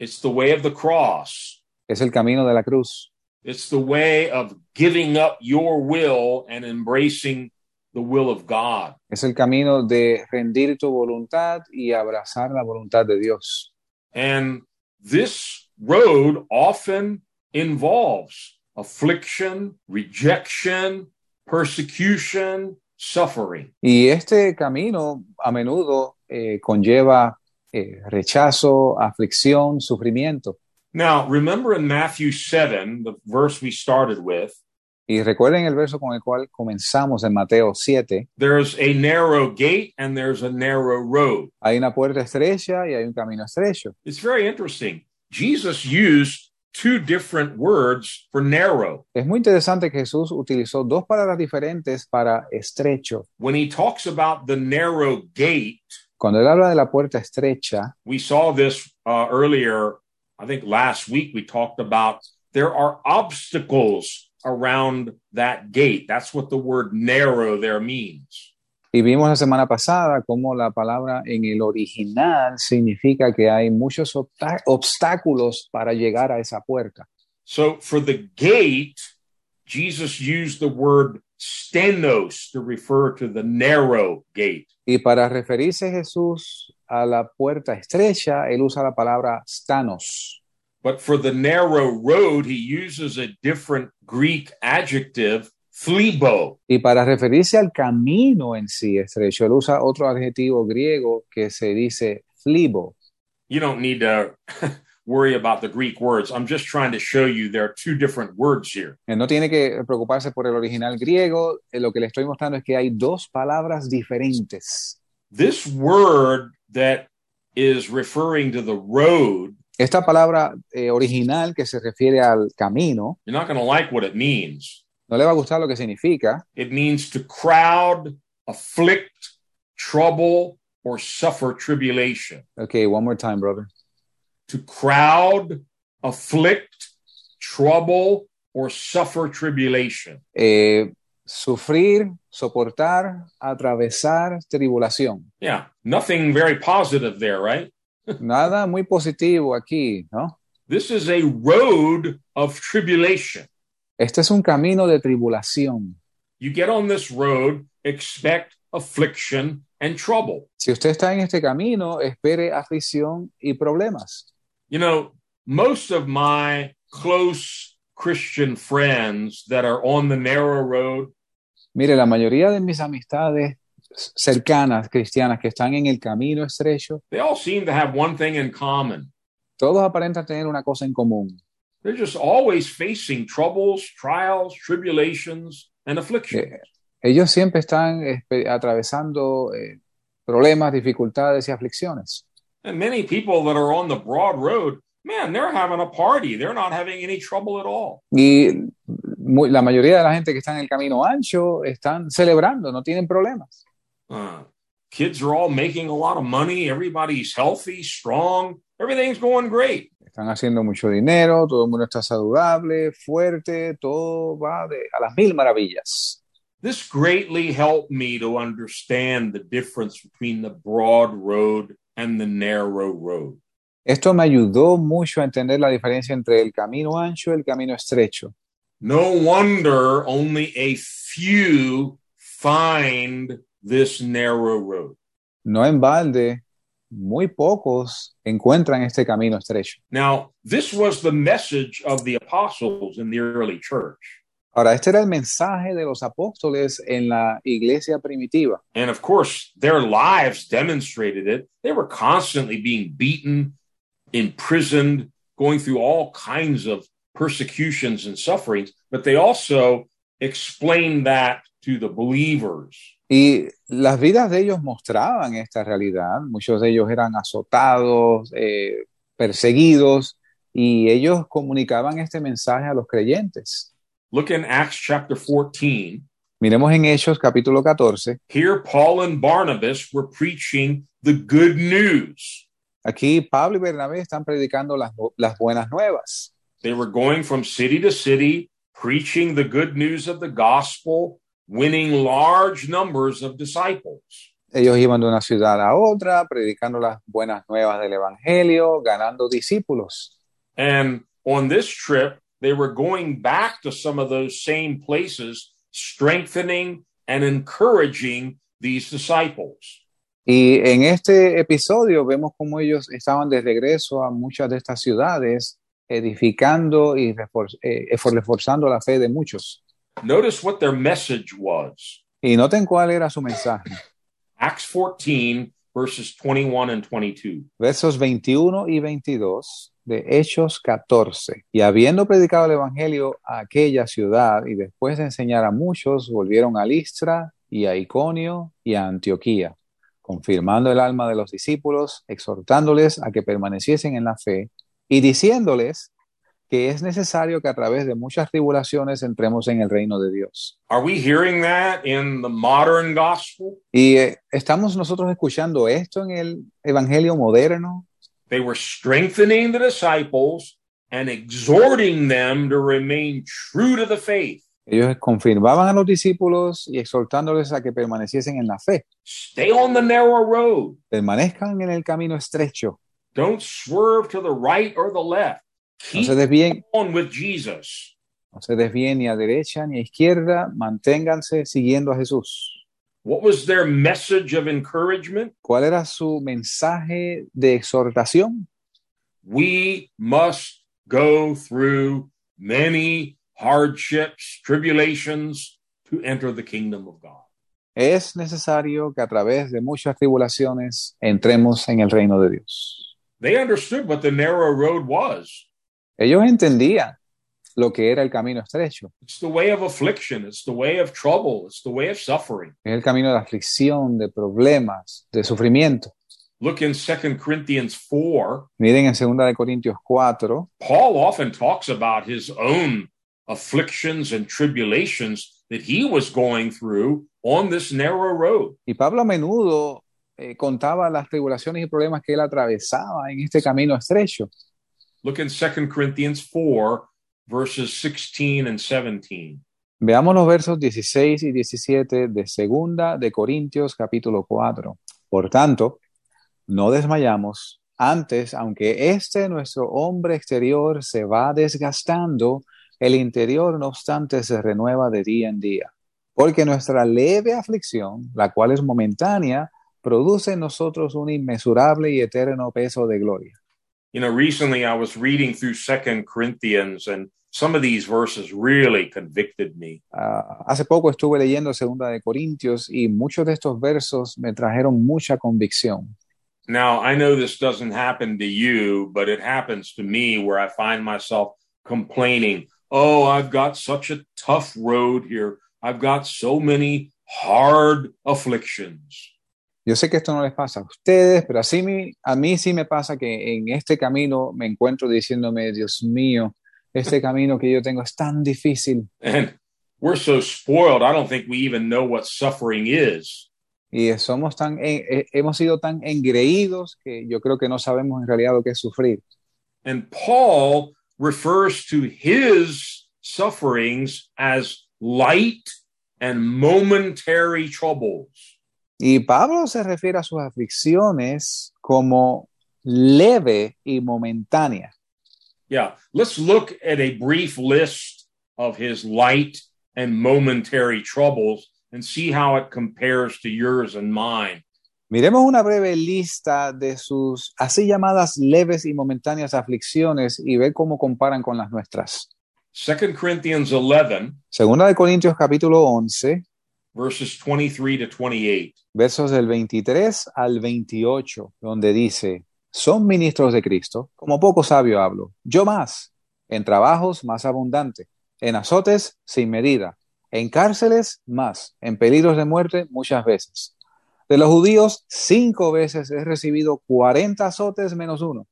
S1: It's the way of the cross.
S2: es el camino de la cruz.
S1: It's the way of giving up your will and embracing the will of God.
S2: Es el camino de rendir tu voluntad y abrazar la voluntad de Dios.
S1: And this road often involves affliction, rejection, persecution, suffering.
S2: Y este camino a menudo eh, conlleva eh, rechazo, aflicción, sufrimiento.
S1: Now, remember in Matthew 7, the verse we started with,
S2: Y recuerden el verso con el cual comenzamos en Mateo 7.
S1: there's a narrow gate and there's a narrow road.
S2: Hay una puerta estrecha y hay un camino estrecho.
S1: It's very interesting. Jesus used two different words for narrow.
S2: Es muy interesante que Jesús utilizó dos palabras diferentes para estrecho.
S1: When he talks about the narrow gate,
S2: Cuando él habla de la puerta estrecha,
S1: we saw this uh, earlier. I think last week we talked about there are obstacles around that gate. That's what the word narrow there means.
S2: y vimos la semana pasada cómo la palabra en el original significa que hay muchos obsta- obstáculos para llegar a esa puerta.
S1: So for the gate, Jesus used the word stenos to refer to the narrow gate.
S2: Y para referirse Jesús a la puerta estrecha, él usa la palabra stanos.
S1: But for the narrow road, he uses a different Greek adjective, phlebo.
S2: Y para referirse al camino en sí estrecho, él usa otro adjetivo griego que se dice flibo.
S1: You don't need to (laughs) worry about the Greek words. I'm just trying to show you there are two different words here.
S2: Eh, No tiene que preocuparse por el original griego, eh, lo que le estoy mostrando es que hay dos palabras diferentes.
S1: This word that is referring to the road,
S2: Esta palabra eh, original que se refiere al camino,
S1: you're not going to like what it means.
S2: no le va a gustar lo que significa,
S1: It means to crowd, afflict, trouble, or suffer tribulation.
S2: ok, one more time, brother,
S1: To crowd, afflict, trouble, or suffer tribulation.
S2: Eh, sufrir, soportar, atravesar tribulación.
S1: Yeah, nothing very positive there, right?
S2: Nada muy positivo aquí, ¿no?
S1: This is a road of tribulation.
S2: Este es un camino de tribulación.
S1: You get on this road, expect affliction and trouble.
S2: Si usted está en este camino, espere aflicción y problemas.
S1: You know, most of my close Christian friends that are on the narrow road,
S2: Mire, la mayoría de mis amistades cercanas, cristianas, que están en el camino estrecho,
S1: they all seem to have one thing in common.
S2: todos aparentan tener una cosa en común.
S1: They're just always facing troubles, trials, tribulations, and affliction.
S2: Eh, ellos siempre están espe- atravesando eh, problemas, dificultades y aflicciones.
S1: And many people that are on the broad road, man, they're having a party. They're not having any trouble at all.
S2: Y muy- la mayoría de la gente que está en el camino ancho están celebrando, no tienen problemas.
S1: Uh, kids are all making a lot of money. Everybody's healthy, strong. Everything's going great.
S2: Están haciendo mucho dinero, todo el mundo está saludable, fuerte, todo va de- a las mil maravillas.
S1: This greatly helped me to understand the difference between the broad road and the narrow road.
S2: Esto me ayudó mucho a entender la diferencia entre el camino ancho y el camino estrecho.
S1: No wonder only a few find this narrow road.
S2: No en balde, muy pocos encuentran este camino estrecho.
S1: Now, this was the message of the apostles in the early church.
S2: Ahora, este era el mensaje de los apóstoles en la iglesia primitiva.
S1: And of course, their lives demonstrated it. They were constantly being beaten, imprisoned, going through all kinds of persecutions and sufferings, but they also explained that to the believers.
S2: Y las vidas de ellos mostraban esta realidad. Muchos de ellos eran azotados, eh, perseguidos, y ellos comunicaban este mensaje a los creyentes.
S1: Look in Acts chapter 14.
S2: Miremos en Hechos capítulo 14.
S1: Here, Paul and Barnabas were preaching the good news.
S2: Aquí Pablo y Bernabé están predicando las, bu- las buenas nuevas.
S1: They were going from city to city, preaching the good news of the gospel, winning large numbers of disciples.
S2: Ellos iban de una ciudad a otra, predicando las buenas nuevas del Evangelio, ganando discípulos.
S1: And on this trip, they were going back to some of those same places, strengthening and encouraging these disciples.
S2: Y en este episodio vemos cómo ellos estaban de regreso a muchas de estas ciudades edificando y refor- eh, esfor- reforzando la fe de muchos.
S1: Notice what their message was.
S2: Y noten cuál era su mensaje.
S1: Acts 14, verses 21 and 22.
S2: Versos 21 y 22 de Hechos 14. Y habiendo predicado el Evangelio a aquella ciudad y después de enseñar a muchos, volvieron a Listra y a Iconio y a Antioquía, confirmando el alma de los discípulos, exhortándoles a que permaneciesen en la fe y diciéndoles que es necesario que a través de muchas tribulaciones entremos en el reino de Dios.
S1: Are we hearing that in the modern gospel?
S2: Y eh, estamos nosotros escuchando esto en el Evangelio moderno.
S1: They were strengthening the disciples and exhorting them to remain true to the faith.
S2: Ellos confirmaban a los discípulos y exhortándoles a que permaneciesen en la fe.
S1: Stay on the narrow road.
S2: Permanezcan en el camino estrecho.
S1: Don't swerve to the right or the left.
S2: No
S1: Keep
S2: se desvíen,
S1: on with Jesus.
S2: no se desvíen ni a derecha ni a izquierda. Manténganse siguiendo a Jesús.
S1: What was their message of encouragement?
S2: ¿Cuál era su mensaje de exhortación?
S1: We must go through many hardships, tribulations to enter the kingdom of God.
S2: Es necesario que a través de muchas tribulaciones entremos en el reino de Dios.
S1: They understood what the narrow road was.
S2: Ellos entendían lo que era el camino estrecho,
S1: It's the way of affliction. It's the way of trouble. It's the way of suffering.
S2: es el camino de aflicción, de problemas, de sufrimiento.
S1: Look in 2 Corinthians 4.
S2: Miren en 2 de Corintios 4,
S1: Paul often talks about his own afflictions and tribulations that he was going through on this narrow road.
S2: Y Pablo a menudo eh, contaba las tribulaciones y problemas que él atravesaba en este camino estrecho.
S1: Look in 2 Corinthians 4, verses 16 and 17.
S2: Veamos los versos 16 y 17 de segunda de Corintios capítulo 4. Por tanto, no desmayamos. Antes, aunque este nuestro hombre exterior se va desgastando, el interior no obstante se renueva de día en día. Porque nuestra leve aflicción, la cual es momentánea, produce en nosotros un inmesurable y eterno peso de gloria.
S1: You know, recently I was reading through 2 Corinthians, and some of these verses really convicted me.
S2: Ah, hace poco estuve leyendo Segunda de Corintios y muchos de estos versos me trajeron mucha convicción.
S1: Now, I know this doesn't happen to you, but it happens to me where I find myself complaining, Oh, I've got such a tough road here. I've got so many hard afflictions.
S2: Yo sé que esto no les pasa a ustedes, pero así mi- a mí sí me pasa que en este camino me encuentro diciéndome, Dios mío, este camino que yo tengo es tan difícil
S1: And we're so spoiled, I don't think we even know what suffering is.
S2: y somos tan, eh, eh, hemos sido tan engreídos que yo creo que no sabemos en realidad lo que es sufrir.
S1: And Paul refers to his sufferings as light and momentary troubles.
S2: Y Pablo se refiere a sus aflicciones como leve y momentánea.
S1: Yeah, let's look at a brief list of his light and momentary troubles and see how it compares to yours and mine.
S2: Miremos una breve lista de sus así llamadas leves y momentáneas aflicciones y ver cómo comparan con las nuestras.
S1: 2 Corinthians 11,
S2: Segunda de Corintios capítulo 11,
S1: verses 23 to 28.
S2: versos del 23 al 28, donde dice, son ministros de Cristo, como poco sabio hablo, yo más, en trabajos más abundante, en azotes sin medida, en cárceles más, en peligros de muerte muchas veces. De los judíos, cinco veces he recibido 40 azotes menos uno.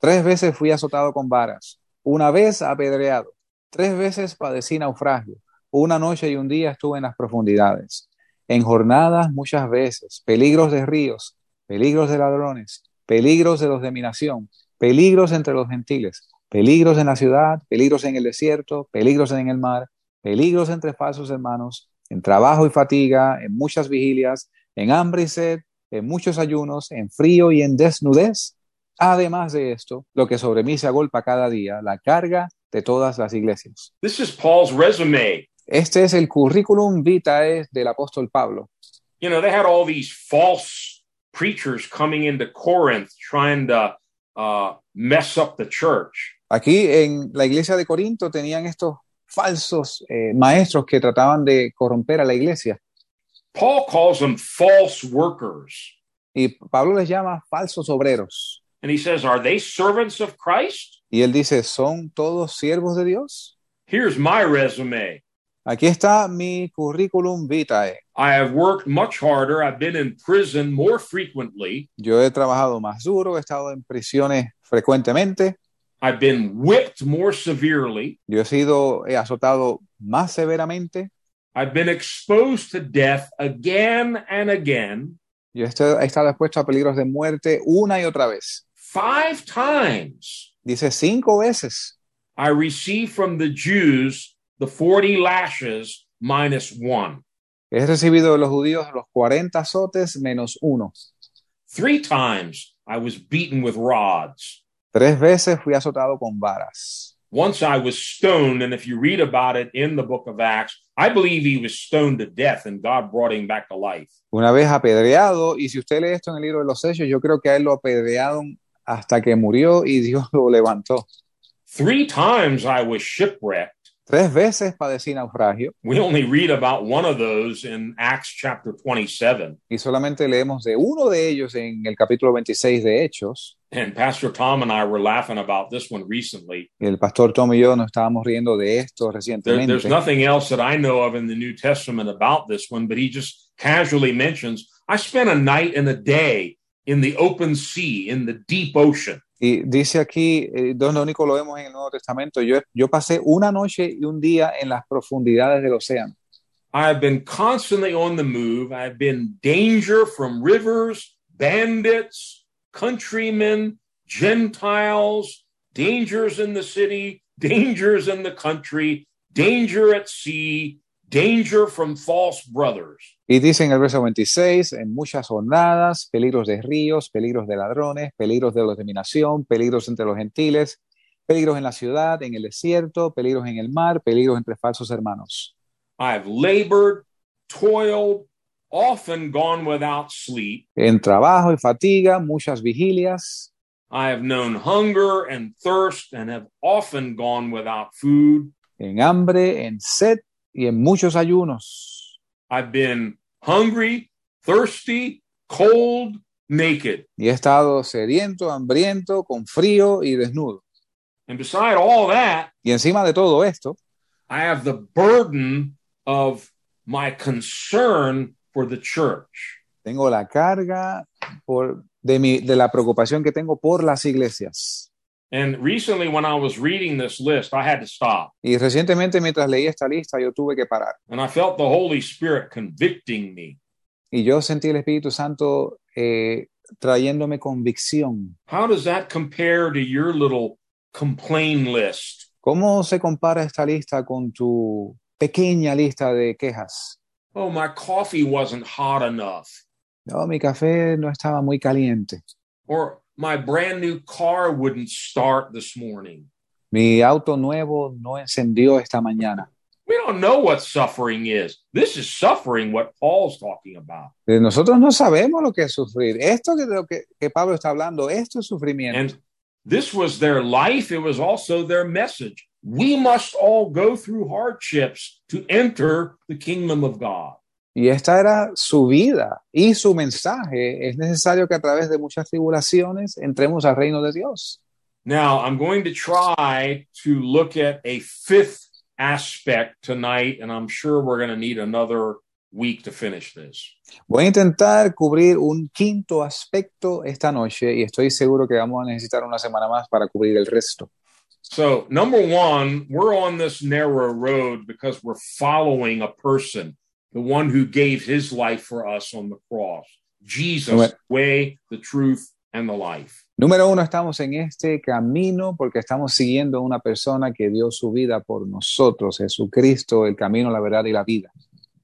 S2: Tres veces fui azotado con varas, una vez apedreado, tres veces padecí naufragio, una noche y un día estuve en las profundidades en jornadas muchas veces, peligros de ríos, peligros de ladrones, peligros de los de mi nación, peligros entre los gentiles, peligros en la ciudad, peligros en el desierto, peligros en el mar, peligros entre falsos hermanos, en trabajo y fatiga, en muchas vigilias, en hambre y sed, en muchos ayunos, en frío y en desnudez. Además de esto, lo que sobre mí se agolpa cada día, la carga de todas las iglesias.
S1: This is Paul's resume.
S2: Este es el currículum vitae del apóstol Pablo.
S1: You know, they had all these false preachers coming into Corinth trying to uh, mess up the church.
S2: Aquí en la iglesia de Corinto tenían estos falsos eh, maestros que trataban de corromper a la iglesia.
S1: Paul calls them false workers.
S2: Y Pablo les llama falsos obreros.
S1: And he says, Are they servants of Christ?
S2: Y él dice, ¿son todos siervos de Dios?
S1: Here's my resume.
S2: Aquí está mi currículum vitae.
S1: I have worked much harder. I've been in prison more frequently.
S2: Yo he trabajado más duro, he estado en prisiones frecuentemente,
S1: I've been whipped more severely.
S2: yo he sido eh, azotado más severamente,
S1: I've been exposed to death again and again,
S2: yo he estado he estado expuesto a peligros de muerte una y otra vez.
S1: five times.
S2: Dice cinco veces.
S1: I received from the Jews the 40 lashes minus one.
S2: He recibido de los judíos los 40 azotes menos uno.
S1: Three times I was beaten with rods.
S2: Tres veces fui azotado con varas.
S1: Once I was stoned, and if you read about it in the book of Acts, I believe he was stoned to death and God brought him back to life.
S2: Una vez apedreado, y si usted lee esto en el libro de los Hechos, yo creo que a él lo apedrearon hasta que murió y Dios (laughs) lo levantó.
S1: Three times I was shipwrecked.
S2: Tres veces padecí naufragio
S1: We only read about one of those in Acts chapter 27.
S2: y solamente leemos de uno de ellos en el capítulo 26 de Hechos.
S1: And Pastor Tom and I were laughing about this one recently.
S2: El pastor Tom y yo nos estábamos riendo de esto
S1: There,
S2: recientemente.
S1: there's nothing else that I know of in the New Testament about this one, but he just casually mentions I spent a night and a day in the open sea, in the deep ocean.
S2: Y dice aquí, eh, no lo único lo vemos en el Nuevo Testamento, yo, yo pasé una noche y un día en las profundidades del océano.
S1: I have been constantly on the move. I have been danger from rivers, bandits, countrymen, Gentiles, dangers in the city, dangers in the country, danger at sea, danger from false brothers.
S2: Y dice en el verso 26, en muchas jornadas, peligros de ríos, peligros de ladrones, peligros de los de mi nación, peligros entre los gentiles, peligros en la ciudad, en el desierto, peligros en el mar, peligros entre falsos hermanos.
S1: I have labored, toiled, often gone without sleep.
S2: En trabajo y fatiga, muchas vigilias,
S1: I have known hunger and thirst and have often gone without food.
S2: en hambre, en sed y en muchos ayunos.
S1: I've been hungry, thirsty, cold, naked.
S2: Y he estado sediento, hambriento, con frío y desnudo.
S1: And beside all that,
S2: Y encima de todo esto,
S1: I have the burden of my concern for the church.
S2: tengo la carga por, de, mi, de la preocupación que tengo por las iglesias.
S1: And recently, when I was reading this list, I had to stop
S2: Y recientemente mientras leí esta lista yo tuve que parar
S1: and I felt the Holy Spirit convicting me.
S2: y yo sentí el Espíritu Santo eh, trayéndome convicción.
S1: How does that compare to your little complain list?
S2: ¿Cómo se compara esta lista con tu pequeña lista de quejas?
S1: Oh, my coffee wasn't hot enough,
S2: No, mi café no estaba muy caliente.
S1: or my brand new car wouldn't start this morning.
S2: Mi auto nuevo no encendió esta mañana.
S1: We don't know what suffering is. This is suffering, what Paul's talking about.
S2: Eh, Nosotros no sabemos lo que es sufrir. Esto que, de lo que, que Pablo está hablando, esto es sufrimiento.
S1: And this was their life, it was also their message. We must all go through hardships to enter the kingdom of God.
S2: Y esta era su vida y su mensaje. Es necesario que a través de muchas tribulaciones entremos al reino de Dios.
S1: Now, I'm going to try to look at a fifth aspect tonight, and I'm sure we're going to need another week to finish this.
S2: Voy a intentar cubrir un quinto aspecto esta noche y estoy seguro que vamos a necesitar una semana más para cubrir el resto.
S1: So, number one, we're on this narrow road because we're following a person, the one who gave his life for us on the cross Jesus,
S2: Right.
S1: the way, the truth, and the life.
S2: Número uno, estamos en este camino porque estamos siguiendo a una persona que dio su vida por nosotros, Jesucristo, el camino, la verdad y la vida.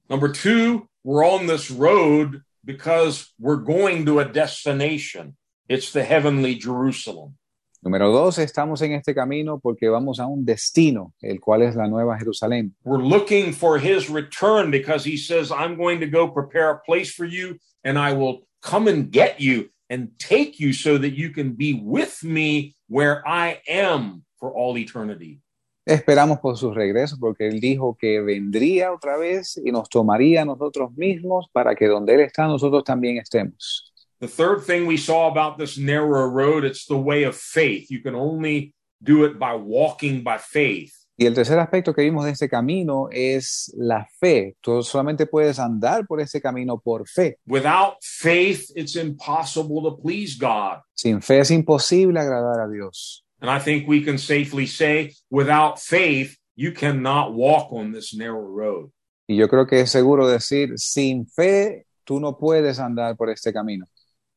S1: Number two, we're on this road because we're going to a destination. It's the heavenly Jerusalem.
S2: Número dos, estamos en este camino porque vamos a un destino, el cual es la Nueva Jerusalén.
S1: We're looking for his return because he says, I'm going to go prepare a place for you, and I will come and get you and take you so that you can be with me where I am for all eternity.
S2: Esperamos por su regreso porque Él dijo que vendría otra vez y nos tomaría a nosotros mismos para que donde Él está nosotros también estemos.
S1: The third thing we saw about this narrow road, it's the way of faith. You can only do it by walking by faith.
S2: Y el tercer aspecto que vimos de este camino es la fe. Tú solamente puedes andar por este camino por fe.
S1: Without faith, it's impossible to please God.
S2: Sin fe es imposible agradar a Dios.
S1: And I think we can safely say, without faith, you cannot walk on this narrow road.
S2: Y yo creo que es seguro decir, sin fe, tú no puedes andar por este camino.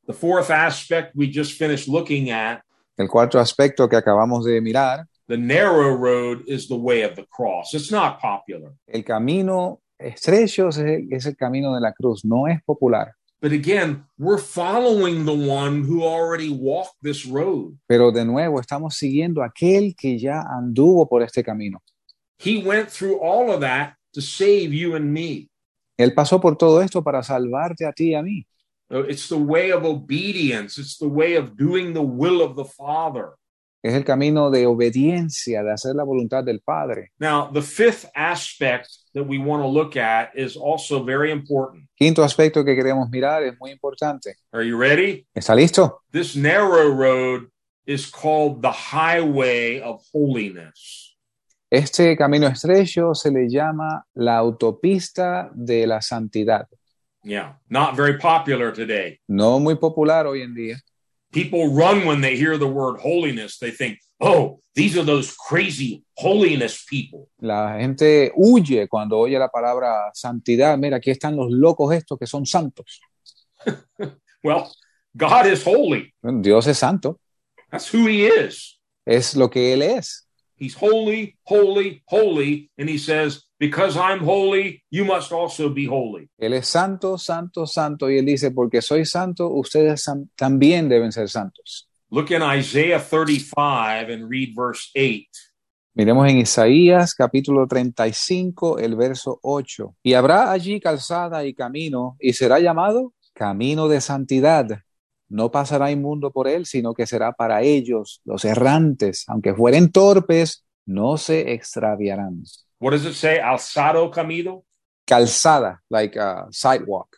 S1: The fourth aspect we just finished looking at,
S2: El cuarto aspecto que acabamos de mirar,
S1: the narrow road is the way of the cross. It's not popular.
S2: el camino estrecho es el, es el camino de la cruz, no es popular.
S1: But again, we're following the one who already walked this road.
S2: Pero de nuevo, estamos siguiendo a aquel que ya anduvo por este camino.
S1: He went through all of that to save you and me.
S2: Él pasó por todo esto para salvarte a ti y a mí.
S1: Uh, It's the way of obedience. It's the way of doing the will of the Father.
S2: Es el camino de obediencia, de hacer la voluntad del Padre.
S1: Now, the fifth aspect that we want to look at is also very important.
S2: Quinto aspecto que queremos mirar es muy importante.
S1: Are you ready?
S2: ¿Está listo?
S1: This narrow road is called the highway of holiness.
S2: Este camino estrecho se le llama la autopista de la santidad.
S1: Yeah, not very popular today.
S2: No muy popular hoy en día.
S1: People run when they hear the word holiness. They think, oh, these are those crazy holiness people.
S2: La gente huye cuando oye la palabra santidad. Mira, aquí están los locos estos que son santos.
S1: Well, God is holy.
S2: Bueno, Dios es santo,
S1: That's who he is.
S2: es lo que Él es.
S1: He's holy, holy, holy. And he says, because I'm holy, you must also be holy.
S2: Él es santo, santo, santo. Y Él dice, porque soy santo, ustedes san- también deben ser santos.
S1: Look in Isaiah 35 and read verse 8.
S2: Miremos en Isaías capítulo 35, el verso 8. Y habrá allí calzada y camino, y será llamado camino de santidad. No pasará inmundo por él, sino que será para ellos, los errantes, aunque fueren torpes, no se extraviarán.
S1: What does it say? Alzado camino?
S2: Calzada, like a sidewalk.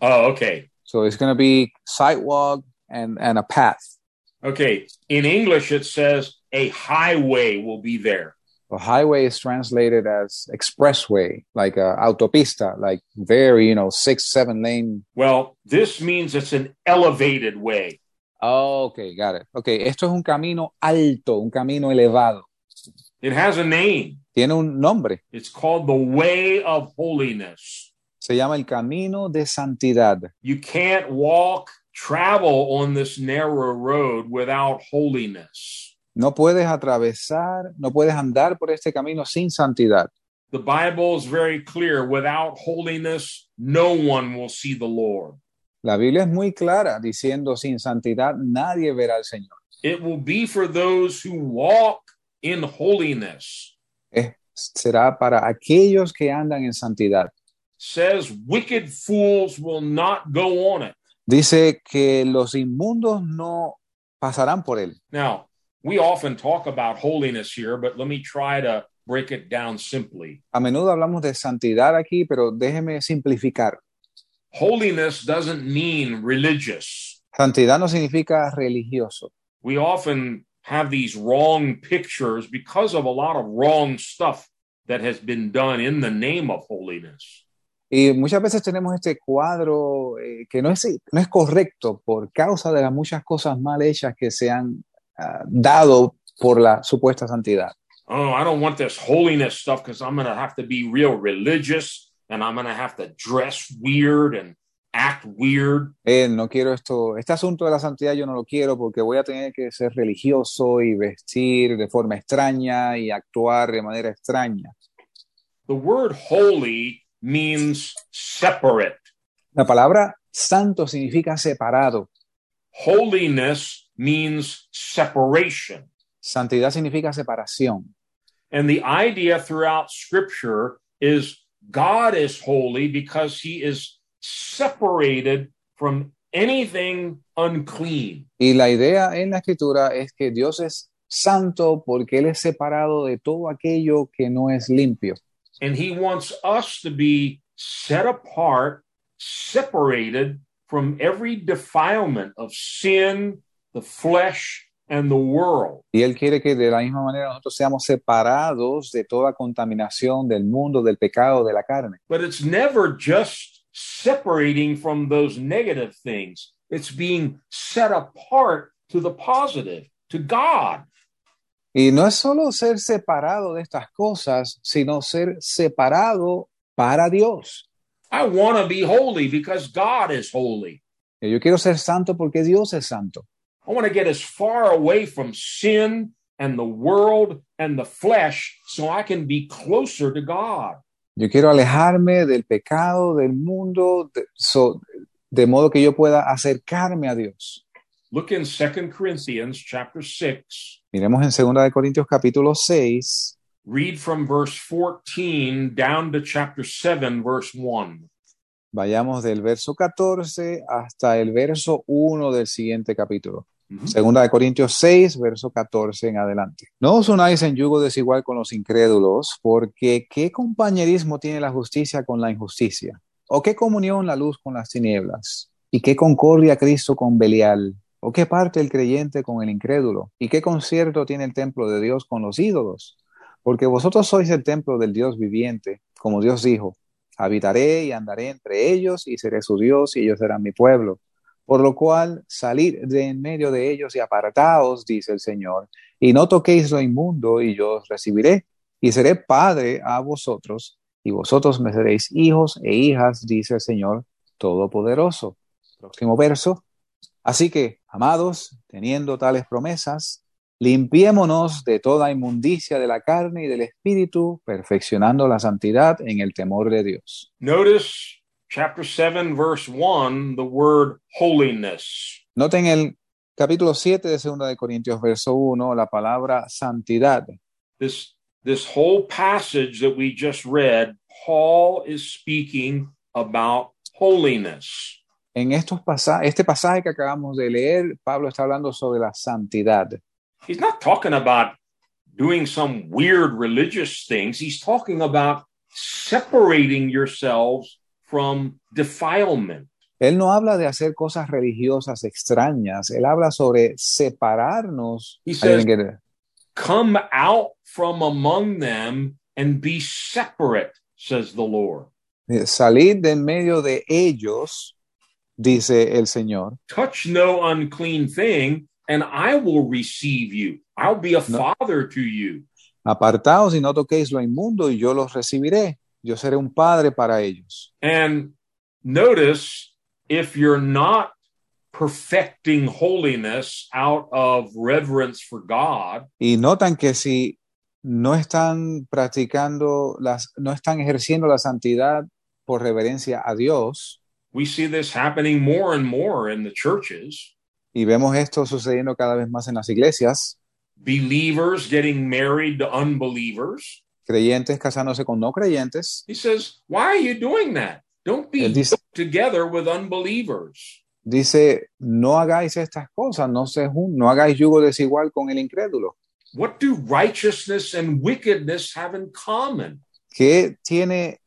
S1: Oh, okay.
S2: So it's going to be sidewalk and, and a path.
S1: Okay. In English, it says a highway will be there.
S2: The highway is translated as expressway, like a autopista, like very, you know, six, seven lane
S1: Well, this means it's an elevated way.
S2: Oh, ok, got it. Ok, esto es un camino alto, un camino elevado.
S1: It has a name.
S2: Tiene un nombre.
S1: It's called the way of holiness.
S2: Se llama el camino de santidad.
S1: You can't walk, travel on this narrow road without holiness.
S2: No puedes atravesar, no puedes andar por este camino sin santidad.
S1: The Bible is very clear without holiness, no one will see the Lord.
S2: La Biblia es muy clara diciendo sin santidad nadie verá al Señor.
S1: It will be for those who walk in holiness.
S2: Es- será para aquellos que andan en santidad.
S1: Says wicked fools will not go on it.
S2: Dice que los inmundos no pasarán por él.
S1: Now, we often talk about holiness here, but let me try to break it down simply.
S2: A menudo hablamos de santidad aquí, pero déjeme simplificar.
S1: Holiness doesn't mean religious.
S2: Santidad no significa religioso.
S1: we often have these wrong pictures because of a lot of wrong stuff that has been done in the name of holiness.
S2: Y muchas veces tenemos este cuadro eh, que no es, no es correcto por causa de las muchas cosas mal hechas que se han ah, dado por la supuesta santidad.
S1: Oh, I don't want this holiness stuff because I'm going to have to be real religious and I'm going to have to dress weird and act weird.
S2: Eh, no quiero esto, este asunto de la santidad yo no lo quiero porque voy a tener que ser religioso y vestir de forma extraña y actuar de manera extraña.
S1: The word holy means separate,
S2: La palabra santo significa separado,
S1: holiness means separation.
S2: santidad significa separación.
S1: And the idea throughout scripture is God is holy because he is separated from anything unclean.
S2: Y la idea en la escritura es que Dios es santo porque Él es separado de todo aquello que no es limpio.
S1: And he wants us to be set apart, separated from every defilement of sin, the flesh, and the world.
S2: Y Él quiere que de la misma manera nosotros seamos separados de toda contaminación del mundo, del pecado, de la carne.
S1: But it's never just separating from those negative things, it's being set apart to the positive, to God.
S2: Y no es solo ser separado de estas cosas, sino ser separado para Dios.
S1: I want to be holy because God is holy.
S2: Y Yo quiero ser santo porque Dios es santo.
S1: I want to get as far away from sin and the world and the flesh so I can be closer to God.
S2: Yo quiero alejarme del pecado, del mundo, de, so- de modo que yo pueda acercarme a Dios.
S1: Look in Second Corinthians chapter 6.
S2: Miremos en 2 de Corintios capítulo 6,
S1: Read from verse 14 down to chapter 7 verse 1.
S2: vayamos del verso 14 hasta el verso 1 del siguiente capítulo.
S1: Mhm.
S2: Segunda de Corintios 6, verso 14 en adelante. No os unáis en yugo desigual con los incrédulos, porque ¿qué compañerismo tiene la justicia con la injusticia? ¿O qué comunión la luz con las tinieblas? ¿Y qué concordia Cristo con Belial? ¿O qué parte el creyente con el incrédulo? ¿Y qué concierto tiene el templo de Dios con los ídolos? Porque vosotros sois el templo del Dios viviente, como Dios dijo, habitaré y andaré entre ellos y seré su Dios y ellos serán mi pueblo. Por lo cual, salid de en medio de ellos y apartaos, dice el Señor, y no toquéis lo inmundo, y yo os recibiré, y seré padre a vosotros, y vosotros me seréis hijos e hijas, dice el Señor Todopoderoso. Próximo verso. Así que, amados, teniendo tales promesas, limpiémonos de toda inmundicia de la carne y del espíritu, perfeccionando la santidad en el temor de Dios.
S1: Notice chapter 7 verse 1 the word holiness.
S2: Noten el capítulo 7 de 2 de Corintios, verso 1, la palabra santidad.
S1: this this whole passage that we just read paul is speaking about holiness
S2: En estos pasa- este pasaje que acabamos de leer, Pablo está hablando sobre la santidad.
S1: he's not talking about doing some weird religious things he's talking about separating yourselves from defilement
S2: Él no habla de hacer cosas religiosas extrañas, él habla sobre separarnos.
S1: he
S2: I
S1: says
S2: didn't get it.
S1: come out from among them and be separate says the lord
S2: Eh, Salid de en medio de ellos, dice el Señor.
S1: touch no unclean thing and i will receive you i'll be a
S2: No.
S1: father to you
S2: Apartaos y no toquéis lo inmundo y yo los recibiré. Yo seré un padre para ellos.
S1: And notice if you're not perfecting holiness out of reverence for God,
S2: Y notan que si no están practicando las, no están ejerciendo la santidad por reverencia a Dios,
S1: we see this happening more and more in the churches.
S2: y vemos esto sucediendo cada vez más en las iglesias,
S1: Believers getting married to unbelievers.
S2: creyentes casándose con no creyentes,
S1: He says, Why are you doing that? Don't be
S2: Él dice,
S1: yoked together with unbelievers.
S2: dice, no hagáis estas cosas, no, se jun- no hagáis yugo desigual con el incrédulo.
S1: What do righteousness and wickedness have in common?
S2: ¿Qué tiene,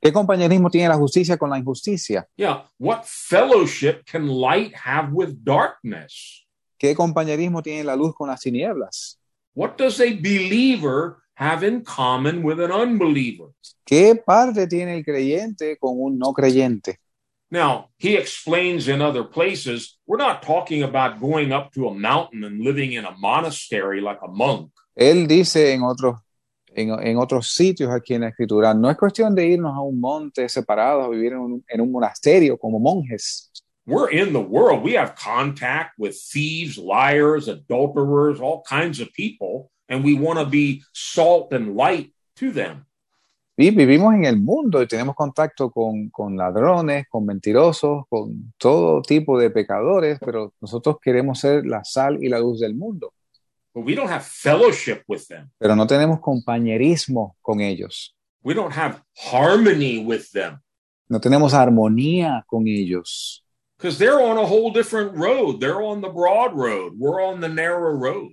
S2: qué compañerismo tiene la justicia con la injusticia?
S1: Yeah. What fellowship can light have with darkness?
S2: ¿Qué compañerismo tiene la luz con las tinieblas?
S1: What does a believer have in common with an unbeliever?
S2: ¿Qué parte tiene el creyente con un no creyente?
S1: Now, he explains in other places, we're not talking about going up to a mountain and living in a monastery like a monk.
S2: Él dice en otros, en, en otros sitios aquí en la escritura, no es cuestión de irnos a un monte separados a vivir en un, en un monasterio como monjes.
S1: We're in the world. We have contact with thieves, liars, adulterers, all kinds of people, and we want to be salt and light to them.
S2: Y vivimos en el mundo y tenemos contacto con, con ladrones, con mentirosos, con todo tipo de pecadores, pero nosotros queremos ser la sal y la luz del mundo,
S1: But we don't have fellowship with them.
S2: pero no tenemos compañerismo con ellos,
S1: We don't have harmony with them
S2: no tenemos armonía con ellos.
S1: because they're on a whole different road. They're on the broad road. We're on the narrow road.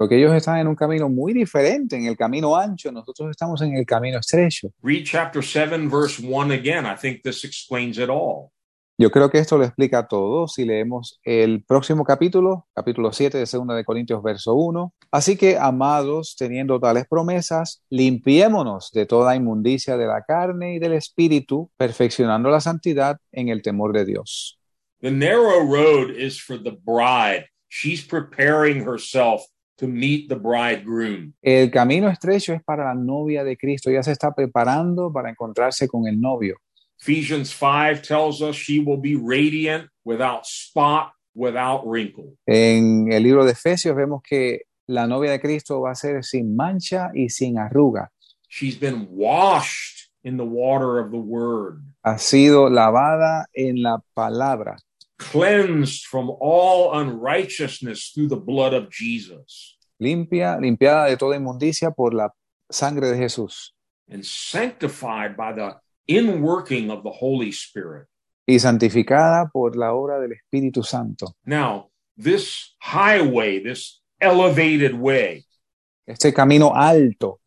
S2: Porque ellos están en un camino muy diferente, en el camino ancho, nosotros estamos en el camino estrecho.
S1: Read chapter 7, verse 1 again. I think this explains it all.
S2: Yo creo que esto lo explica todo si leemos el próximo capítulo, capítulo 7 de 2 de Corintios, verso 1. Así que, amados, teniendo tales promesas, limpiémonos de toda inmundicia de la carne y del espíritu, perfeccionando la santidad en el temor de Dios.
S1: The narrow road is for the bride. She's preparing herself to meet the bridegroom.
S2: El camino estrecho es para la novia de Cristo, ya se está preparando para encontrarse con el novio.
S1: Ephesians 5 tells us she will be radiant, without spot, without wrinkle.
S2: En el libro de Efesios vemos que la novia de Cristo va a ser sin mancha y sin arruga.
S1: She's been washed in the water of the word,
S2: Ha sido lavada en la palabra,
S1: cleansed from all unrighteousness through the blood of Jesus,
S2: limpia, limpiada de toda inmundicia por la sangre de Jesús
S1: and sanctified by the inworking of the Holy Spirit.
S2: y santificada por la obra del Espíritu Santo.
S1: Now, this highway, this elevated way
S2: Este camino alto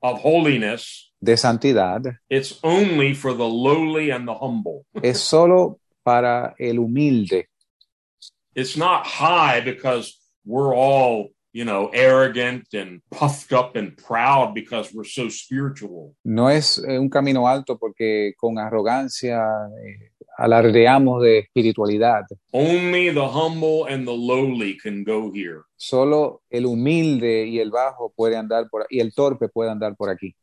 S1: of holiness,
S2: de santidad
S1: it's only for the lowly and the humble.
S2: es solo para el humilde.
S1: It's not high because we're all, you know, arrogant and puffed up and proud because we're so spiritual.
S2: No es eh, un camino alto porque con arrogancia eh, alardeamos de espiritualidad.
S1: Only the humble and the lowly can go here.
S2: Solo el humilde y el bajo puede andar por y el torpe puede andar por aquí.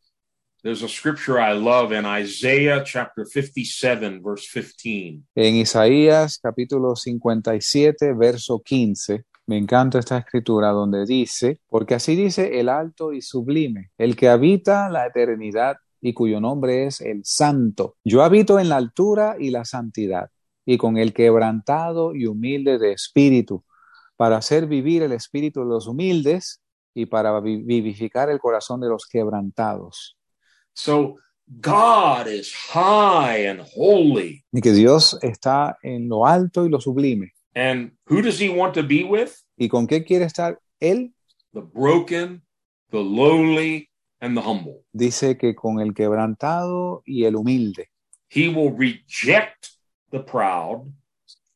S1: There's a scripture I love in Isaiah chapter 57, verse 15.
S2: En Isaías capítulo 57, verso 15, me encanta esta escritura donde dice, porque así dice el alto y sublime, el que habita la eternidad y cuyo nombre es el santo. Yo habito en la altura y la santidad, y con el quebrantado y humilde de espíritu, para hacer vivir el espíritu de los humildes y para vi- vivificar el corazón de los quebrantados.
S1: So God is high and holy.
S2: Y que Dios está en lo alto y lo sublime.
S1: And who does he want to be with?
S2: ¿Y con qué quiere estar Él?
S1: The broken, the lowly, and the humble.
S2: dice que con el quebrantado y el humilde.
S1: He will reject the proud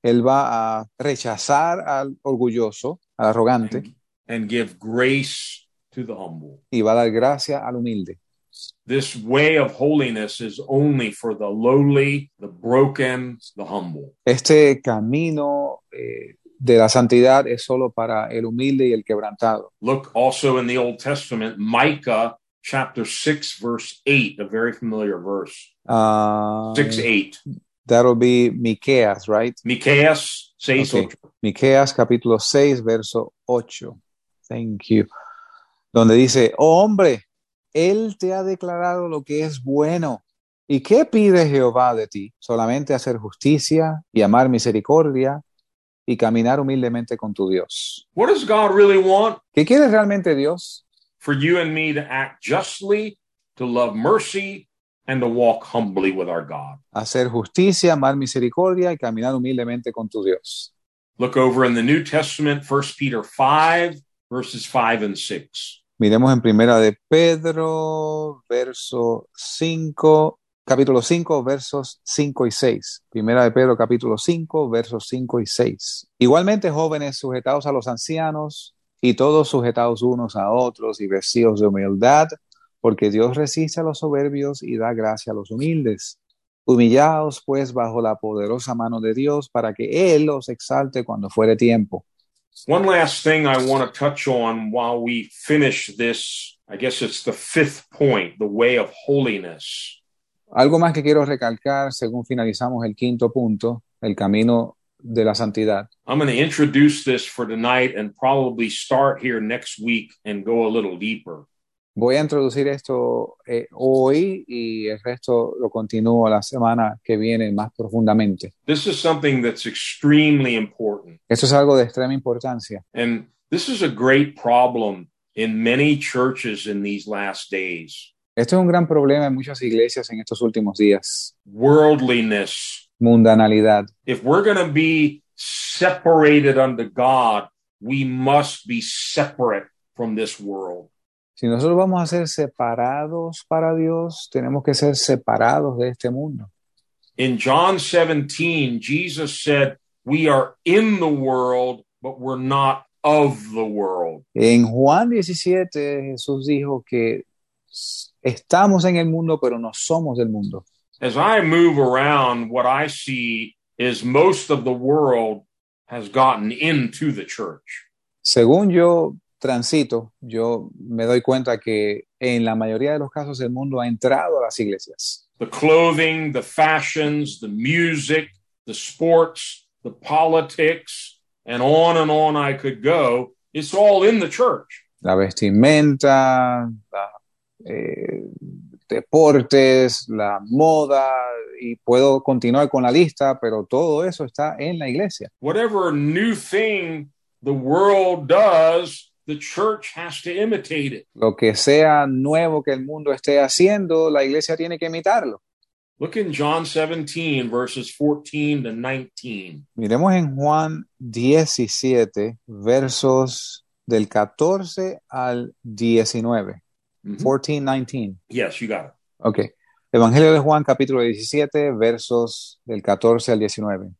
S2: Él va a rechazar al orgulloso, al arrogante,
S1: and, and give grace to the humble.
S2: y va a dar gracia al humilde.
S1: This way of holiness is only for the lowly, the broken, the humble.
S2: Este camino eh, de la santidad es solo para el humilde y el quebrantado.
S1: Look also in the Old Testament, Micah chapter 6, verse 8, a very familiar verse.
S2: Ah,
S1: 6 8.
S2: that'll be Miqueas, right?
S1: Micaiah 6
S2: Okay. Miqueas capítulo 6, verso 8. Thank you. Donde dice, oh hombre, él te ha declarado lo que es bueno. ¿Y qué pide Jehová de ti? Solamente hacer justicia y amar misericordia y caminar humildemente con tu Dios.
S1: What does God really want?
S2: ¿Qué quiere realmente Dios?
S1: For you and me to act justly, to love mercy, and to walk humbly with our God.
S2: Hacer justicia, amar misericordia y caminar humildemente con tu Dios.
S1: Look over in the New Testament, 1 Peter 5, verses 5 and 6.
S2: Miremos en primera de Pedro, verso 5, capítulo 5, versos 5 y 6. Primera de Pedro, capítulo 5, versos 5 y 6. Igualmente, jóvenes sujetados a los ancianos y todos sujetados unos a otros y vestidos de humildad, porque Dios resiste a los soberbios y da gracia a los humildes. Humillaos, pues, bajo la poderosa mano de Dios, para que Él os exalte cuando fuere tiempo.
S1: One last thing I want to touch on while we finish this. I guess it's the fifth point, the way of holiness.
S2: Algo más que quiero recalcar, según finalizamos el quinto punto, el camino de la santidad.
S1: I'm going to introduce this for tonight and probably start here next week and go a little deeper.
S2: Voy a introducir esto eh, hoy y el resto lo continúo la semana que viene más profundamente.
S1: This is something that's extremely important.
S2: Esto es algo de extrema importancia
S1: And this is a great problem in many churches in these last days.
S2: Esto es un gran problema en muchas iglesias en estos últimos días.
S1: Worldliness
S2: mundanalidad.
S1: If we're going to be separated unto God, we must be separate from this world.
S2: Si nosotros vamos a ser separados para Dios, tenemos que ser separados de este mundo.
S1: In John 17, Jesus said, We are in the world, but we're not of the world.
S2: En Juan 17, Jesús dijo que estamos en el mundo, pero no somos del mundo.
S1: As I move around, what I see is most of the world has gotten into the church.
S2: Según yo transito, yo me doy cuenta que en la mayoría de los casos el mundo ha entrado a las iglesias.
S1: The clothing, the fashions, the music, the sports, the politics, and on and on I could go. It's all in the church.
S2: La vestimenta, la, eh, deportes, la moda, y puedo continuar con la lista, pero todo eso está en la iglesia.
S1: Whatever new thing the world does, the church has to imitate it.
S2: Lo que sea nuevo que el mundo esté haciendo, la iglesia tiene que imitarlo.
S1: Look in John 17, verses 14 to 19.
S2: Miremos en Juan 17, versos del 14 al 19.
S1: Mhm.
S2: 14, 19.
S1: Yes, you got it.
S2: Ok. Evangelio de Juan, capítulo 17, versos del 14 al 19.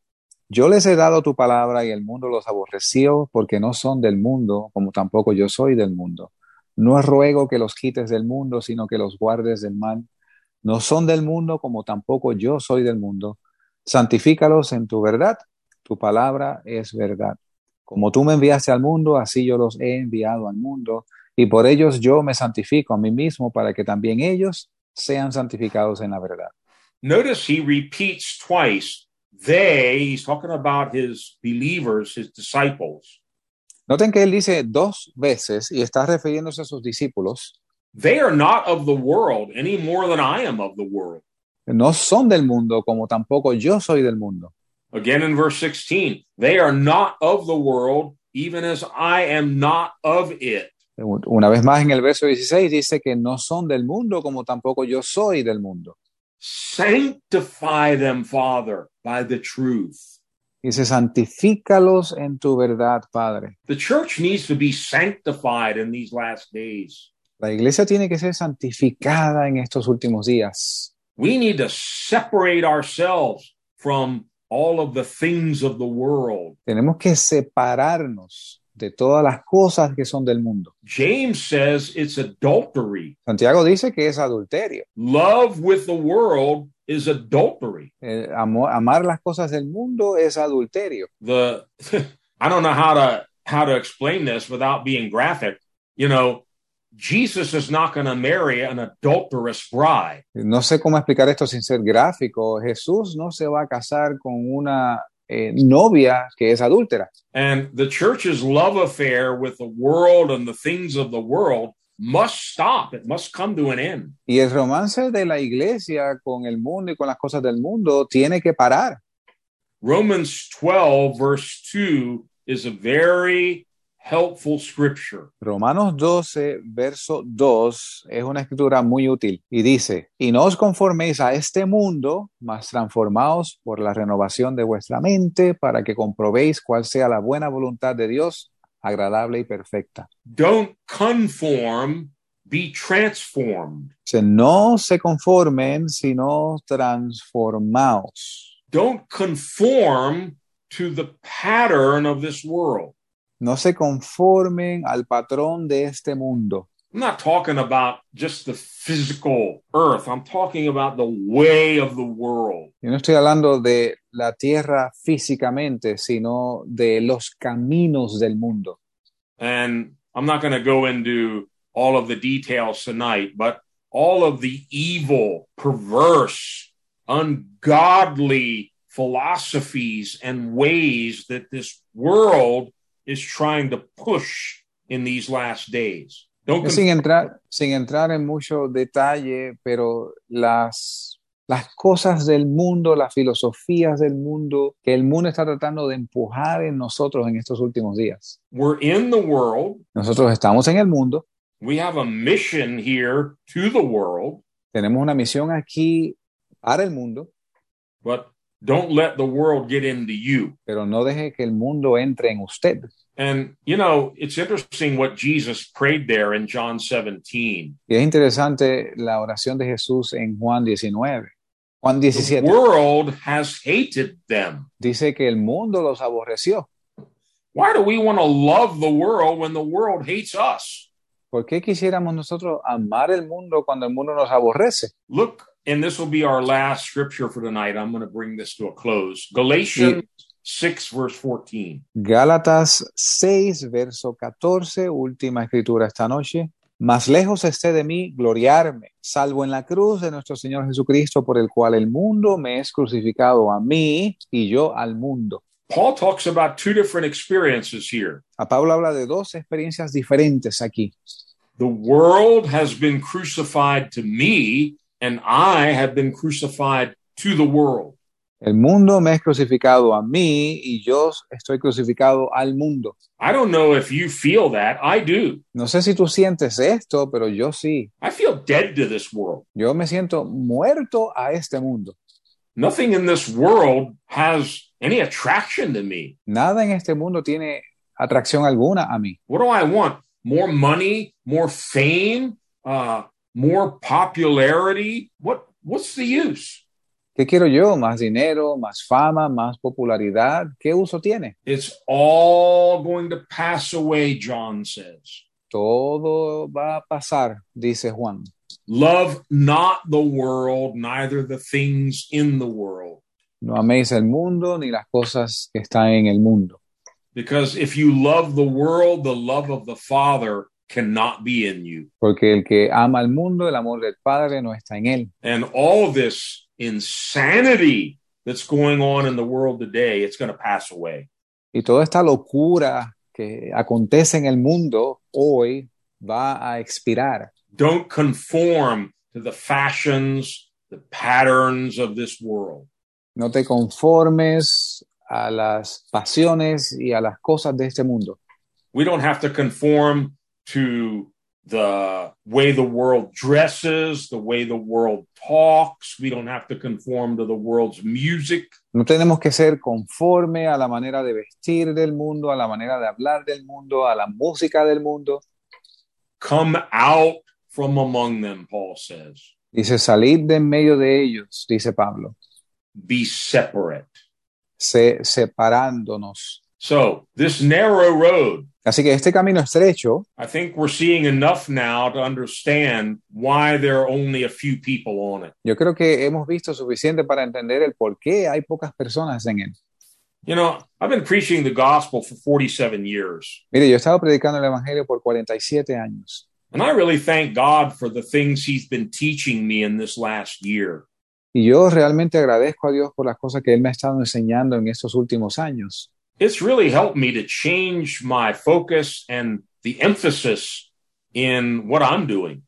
S2: Yo les he dado tu palabra y el mundo los aborreció porque no son del mundo, como tampoco yo soy del mundo. No ruego que los quites del mundo, sino que los guardes del mal. No son del mundo, como tampoco yo soy del mundo. Santifícalos en tu verdad. Tu palabra es verdad. Como tú me enviaste al mundo, así yo los he enviado al mundo. Y por ellos yo me santifico a mí mismo para que también ellos sean santificados en la verdad.
S1: Notice he repeats twice. They, he's talking about his believers, his disciples.
S2: Noten que él dice dos veces y está refiriéndose a sus discípulos.
S1: They are not of the world any more than I am of the world.
S2: No son del mundo como tampoco yo soy del mundo.
S1: Again in verse 16, they are not of the world, even as I am not of it.
S2: Una vez más en el verso 16 dice que no son del mundo como tampoco yo soy del mundo.
S1: Sanctify them, Father, by the truth.
S2: Dice, santifícalos en tu verdad, Padre.
S1: The church needs to be sanctified in these last days.
S2: La iglesia tiene que ser santificada en estos últimos días.
S1: We need to separate ourselves from all of the things of the world.
S2: Tenemos que separarnos de todas las cosas que son del mundo.
S1: James says it's adultery.
S2: Santiago dice que es adulterio.
S1: Love with the world is adultery.
S2: Eh, amo- amar las cosas del mundo es adulterio.
S1: The (laughs) I don't know how to how to explain this without being graphic. You know, Jesus is not going to marry an adulterous bride.
S2: No sé cómo explicar esto sin ser gráfico. Jesús no se va a casar con una eh, novia que es adúltera.
S1: And the church's love affair with the world and the things of the world must stop. It must come to an end.
S2: Y el romance de la iglesia con el mundo y con las cosas del mundo tiene que parar.
S1: Romans 12, verse 2 is a very helpful scripture.
S2: Romanos 12, verso 2 es una escritura muy útil y dice, y no os conforméis a este mundo, mas transformaos por la renovación de vuestra mente para que comprobéis cuál sea la buena voluntad de Dios, agradable y perfecta.
S1: Don't conform, be transformed.
S2: O sea, no se conformen, sino transformaos.
S1: Don't conform to the pattern of this world.
S2: No se conformen al patrón de este mundo.
S1: I'm not talking about just the physical earth, I'm talking about the way of the world.
S2: Yo no estoy hablando de la tierra físicamente, sino de los caminos del mundo.
S1: And I'm not going to go into all of the details tonight, but all of the evil, perverse, ungodly philosophies and ways that this world is trying to push in these last days. Don't
S2: Yo
S1: con-
S2: Sin entrar, sin entrar en mucho detalle, pero las, las cosas del mundo, las filosofías del mundo, que el mundo está tratando de empujar en nosotros en estos últimos días.
S1: we're in the world.
S2: Nosotros estamos en el mundo,
S1: We have a mission here to the world,
S2: tenemos una misión aquí para el mundo,
S1: but Don't let the world get into you.
S2: pero no deje que el mundo entre en usted.
S1: And, you know, it's interesting what Jesus prayed there in John 17.
S2: Y es interesante la oración de Jesús en Juan 19. Juan
S1: The
S2: 17
S1: world has hated them.
S2: dice que el mundo los aborreció.
S1: Why do we want to love the world when the world hates us?
S2: ¿Por qué quisiéramos nosotros amar el mundo cuando el mundo nos aborrece?
S1: Look, and this will be our last scripture for tonight. I'm going to bring this to a close. Galatians 6, verse 14.
S2: Gálatas 6, verso 14, última escritura esta noche. Más lejos esté de mí gloriarme, salvo en la cruz de nuestro Señor Jesucristo, por el cual el mundo me es crucificado a mí y yo al mundo.
S1: Paul talks about two different experiences here.
S2: A Pablo habla de dos experiencias diferentes aquí.
S1: The world has been crucified to me, and I have been crucified to the world.
S2: El mundo me es crucificado a mí y yo estoy crucificado al mundo.
S1: I don't know if you feel that. I do.
S2: No sé si tú sientes esto, pero yo sí.
S1: I feel dead to this world.
S2: Yo me siento muerto a este mundo.
S1: Nothing in this world has any attraction to me.
S2: Nada en este mundo tiene atracción alguna a mí.
S1: What do I want? More money, more fame, uh, more popularity. What what's the use?
S2: ¿Qué quiero yo? ¿Más dinero, más fama, más popularidad? ¿Qué uso tiene?
S1: It's all going to pass away, John says.
S2: Todo va a pasar, dice Juan.
S1: Love not the world, neither the things in the world.
S2: No améis el mundo ni las cosas que están en el mundo.
S1: Because if you love the world, the love of the Father cannot be in you.
S2: Porque el que ama al mundo, el amor del Padre no está en él.
S1: And all this insanity that's going on in the world today, it's going to pass away.
S2: Y toda esta locura que acontece en el mundo hoy va a expirar.
S1: Don't conform to the fashions, the patterns of this world.
S2: No te conformes a las pasiones y a las cosas de este mundo.
S1: We don't have to conform to the way the world dresses, the way the world talks. We don't have to conform to the world's music.
S2: No tenemos que ser conforme a la manera de vestir del mundo, a la manera de hablar del mundo, a la música del mundo.
S1: Come out from among them, Paul says.
S2: Dice, salid de en medio de ellos, dice Pablo,
S1: Be separate.
S2: se, separándonos.
S1: So, this narrow road,
S2: Así que este camino estrecho,
S1: I think we're seeing enough now to understand why there are only a few people on it.
S2: yo creo que hemos visto suficiente para entender el por qué hay pocas personas en él.
S1: You know, I've been preaching the gospel for 47 years,
S2: Mire, yo he estado predicando el Evangelio por 47 años
S1: and I really thank God for the things He's been teaching me in this last year.
S2: y yo realmente agradezco a Dios por las cosas que Él me ha estado enseñando en estos últimos años.
S1: It's really helped me to change my focus and the emphasis in what I'm doing.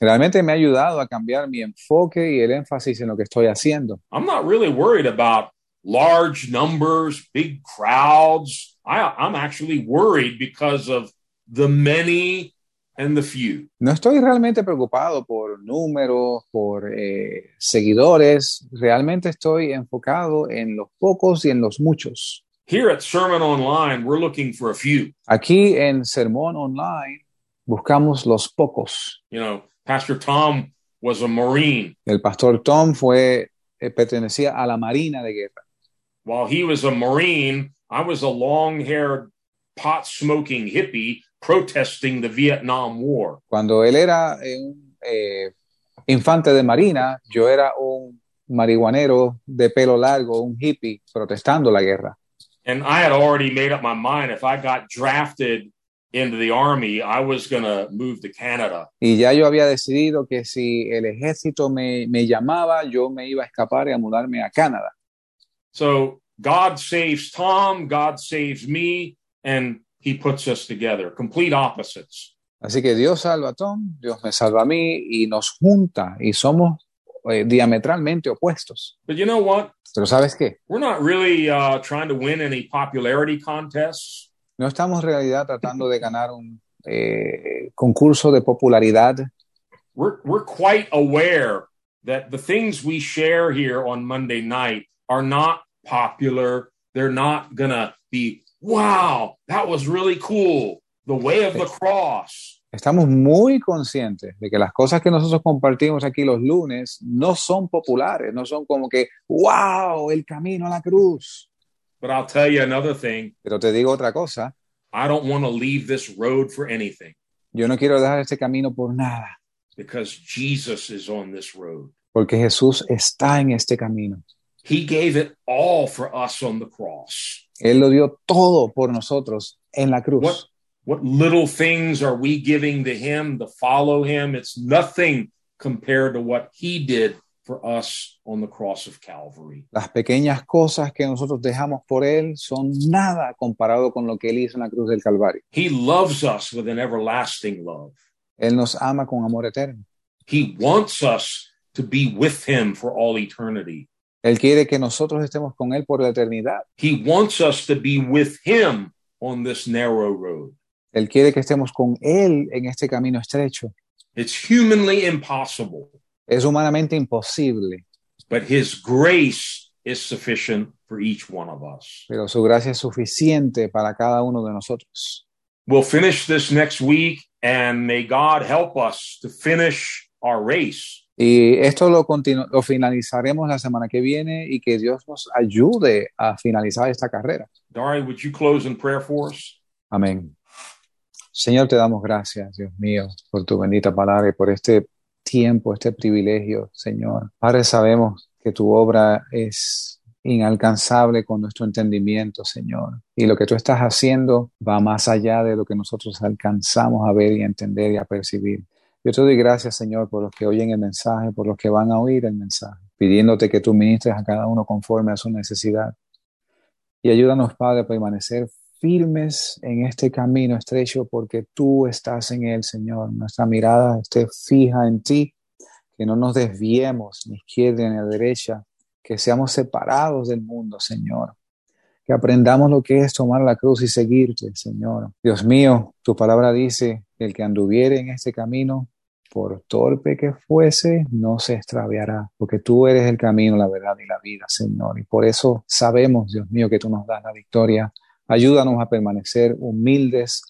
S2: Realmente me ha ayudado a cambiar mi enfoque y el énfasis en lo que estoy haciendo.
S1: I'm not really worried about large numbers, big crowds. I, I'm actually worried because of the many and the few.
S2: No estoy realmente preocupado por números, por eh, seguidores, realmente estoy enfocado en los pocos y en los muchos.
S1: Here at Sermon Online, we're looking for a few.
S2: Aquí en Sermón Online buscamos los pocos.
S1: You know, Pastor Tom was a Marine.
S2: El pastor Tom fue, eh, pertenecía a la Marina de Guerra.
S1: While he was a Marine, I was a long haired, pot smoking hippie protesting the Vietnam War.
S2: Cuando él era eh, un eh, infante de Marina, yo era un marihuanero de pelo largo, un hippie, protestando la guerra.
S1: And I had already made up my mind if I got drafted into the Army, I was going to move to Canada.
S2: Y ya yo había decidido que si el ejército me, me llamaba, yo me iba a escapar y a mudarme a Canadá.
S1: So God saves Tom, God saves me, and he puts us together, complete opposites.
S2: Así que Dios salva a Tom, Dios me salva a mí y nos junta y somos eh, diametralmente opuestos.
S1: But you know what?
S2: Pero ¿sabes qué?
S1: We're not really uh, trying to win any popularity contests.
S2: No estamos en realidad tratando de ganar un eh, concurso de popularidad.
S1: We're, we're quite aware that the things we share here on Monday night are not popular. They're not going to be, wow, that was really cool. The way of the cross.
S2: Estamos muy conscientes de que las cosas que nosotros compartimos aquí los lunes no son populares, no son como que, wow, el camino a la cruz.
S1: But I'll tell you another thing
S2: Pero te digo otra cosa,
S1: I don't want to leave this road for anything
S2: yo no quiero dejar este camino por nada,
S1: because Jesus is on this road.
S2: porque Jesús está en este camino.
S1: He gave it all for us on the cross.
S2: Él lo dio todo por nosotros en la cruz.
S1: What, what little things are we giving to him to follow him? It's nothing compared to what he did for us on the cross of Calvary.
S2: Las pequeñas cosas que nosotros dejamos por Él son nada comparado con lo que Él hizo en la cruz del Calvario.
S1: He loves us with an everlasting love.
S2: Él nos ama con amor eterno.
S1: He wants us to be with him for all eternity.
S2: Él quiere que nosotros estemos con Él por la eternidad.
S1: He wants us to be with him on this narrow road.
S2: Él quiere que estemos con Él en este camino estrecho.
S1: It's humanly impossible,
S2: Es humanamente imposible,
S1: but his grace is sufficient for each one of us.
S2: pero su gracia es suficiente para cada uno de nosotros.
S1: We'll finish this next week, and may God help us to finish our race.
S2: Y esto lo, continu- lo finalizaremos la semana que viene y que Dios nos ayude a finalizar esta carrera.
S1: Dari, would you close in prayer for us?
S2: Amén. Señor, te damos gracias, Dios mío, por tu bendita palabra y por este tiempo, este privilegio, Señor. Padre, sabemos que tu obra es inalcanzable con nuestro entendimiento, Señor. Y lo que tú estás haciendo va más allá de lo que nosotros alcanzamos a ver y a entender y a percibir. Yo te doy gracias, Señor, por los que oyen el mensaje, por los que van a oír el mensaje, pidiéndote que tú ministres a cada uno conforme a su necesidad. Y ayúdanos, Padre, a permanecer firmes en este camino estrecho, porque tú estás en él, Señor. Nuestra mirada esté fija en ti, que no nos desviemos ni izquierda ni a derecha, que seamos separados del mundo, Señor. Que aprendamos lo que es tomar la cruz y seguirte, Señor. Dios mío, tu palabra dice, el que anduviere en este camino, por torpe que fuese, no se extraviará, porque tú eres el camino, la verdad y la vida, Señor. Y por eso sabemos, Dios mío, que tú nos das la victoria. Ayúdanos a permanecer humildes,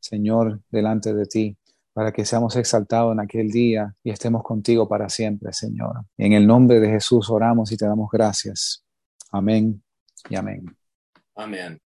S2: Señor, delante de ti, para que seamos exaltados en aquel día y estemos contigo para siempre, Señor. En el nombre de Jesús oramos y te damos gracias. Amén y amén.
S1: Amen.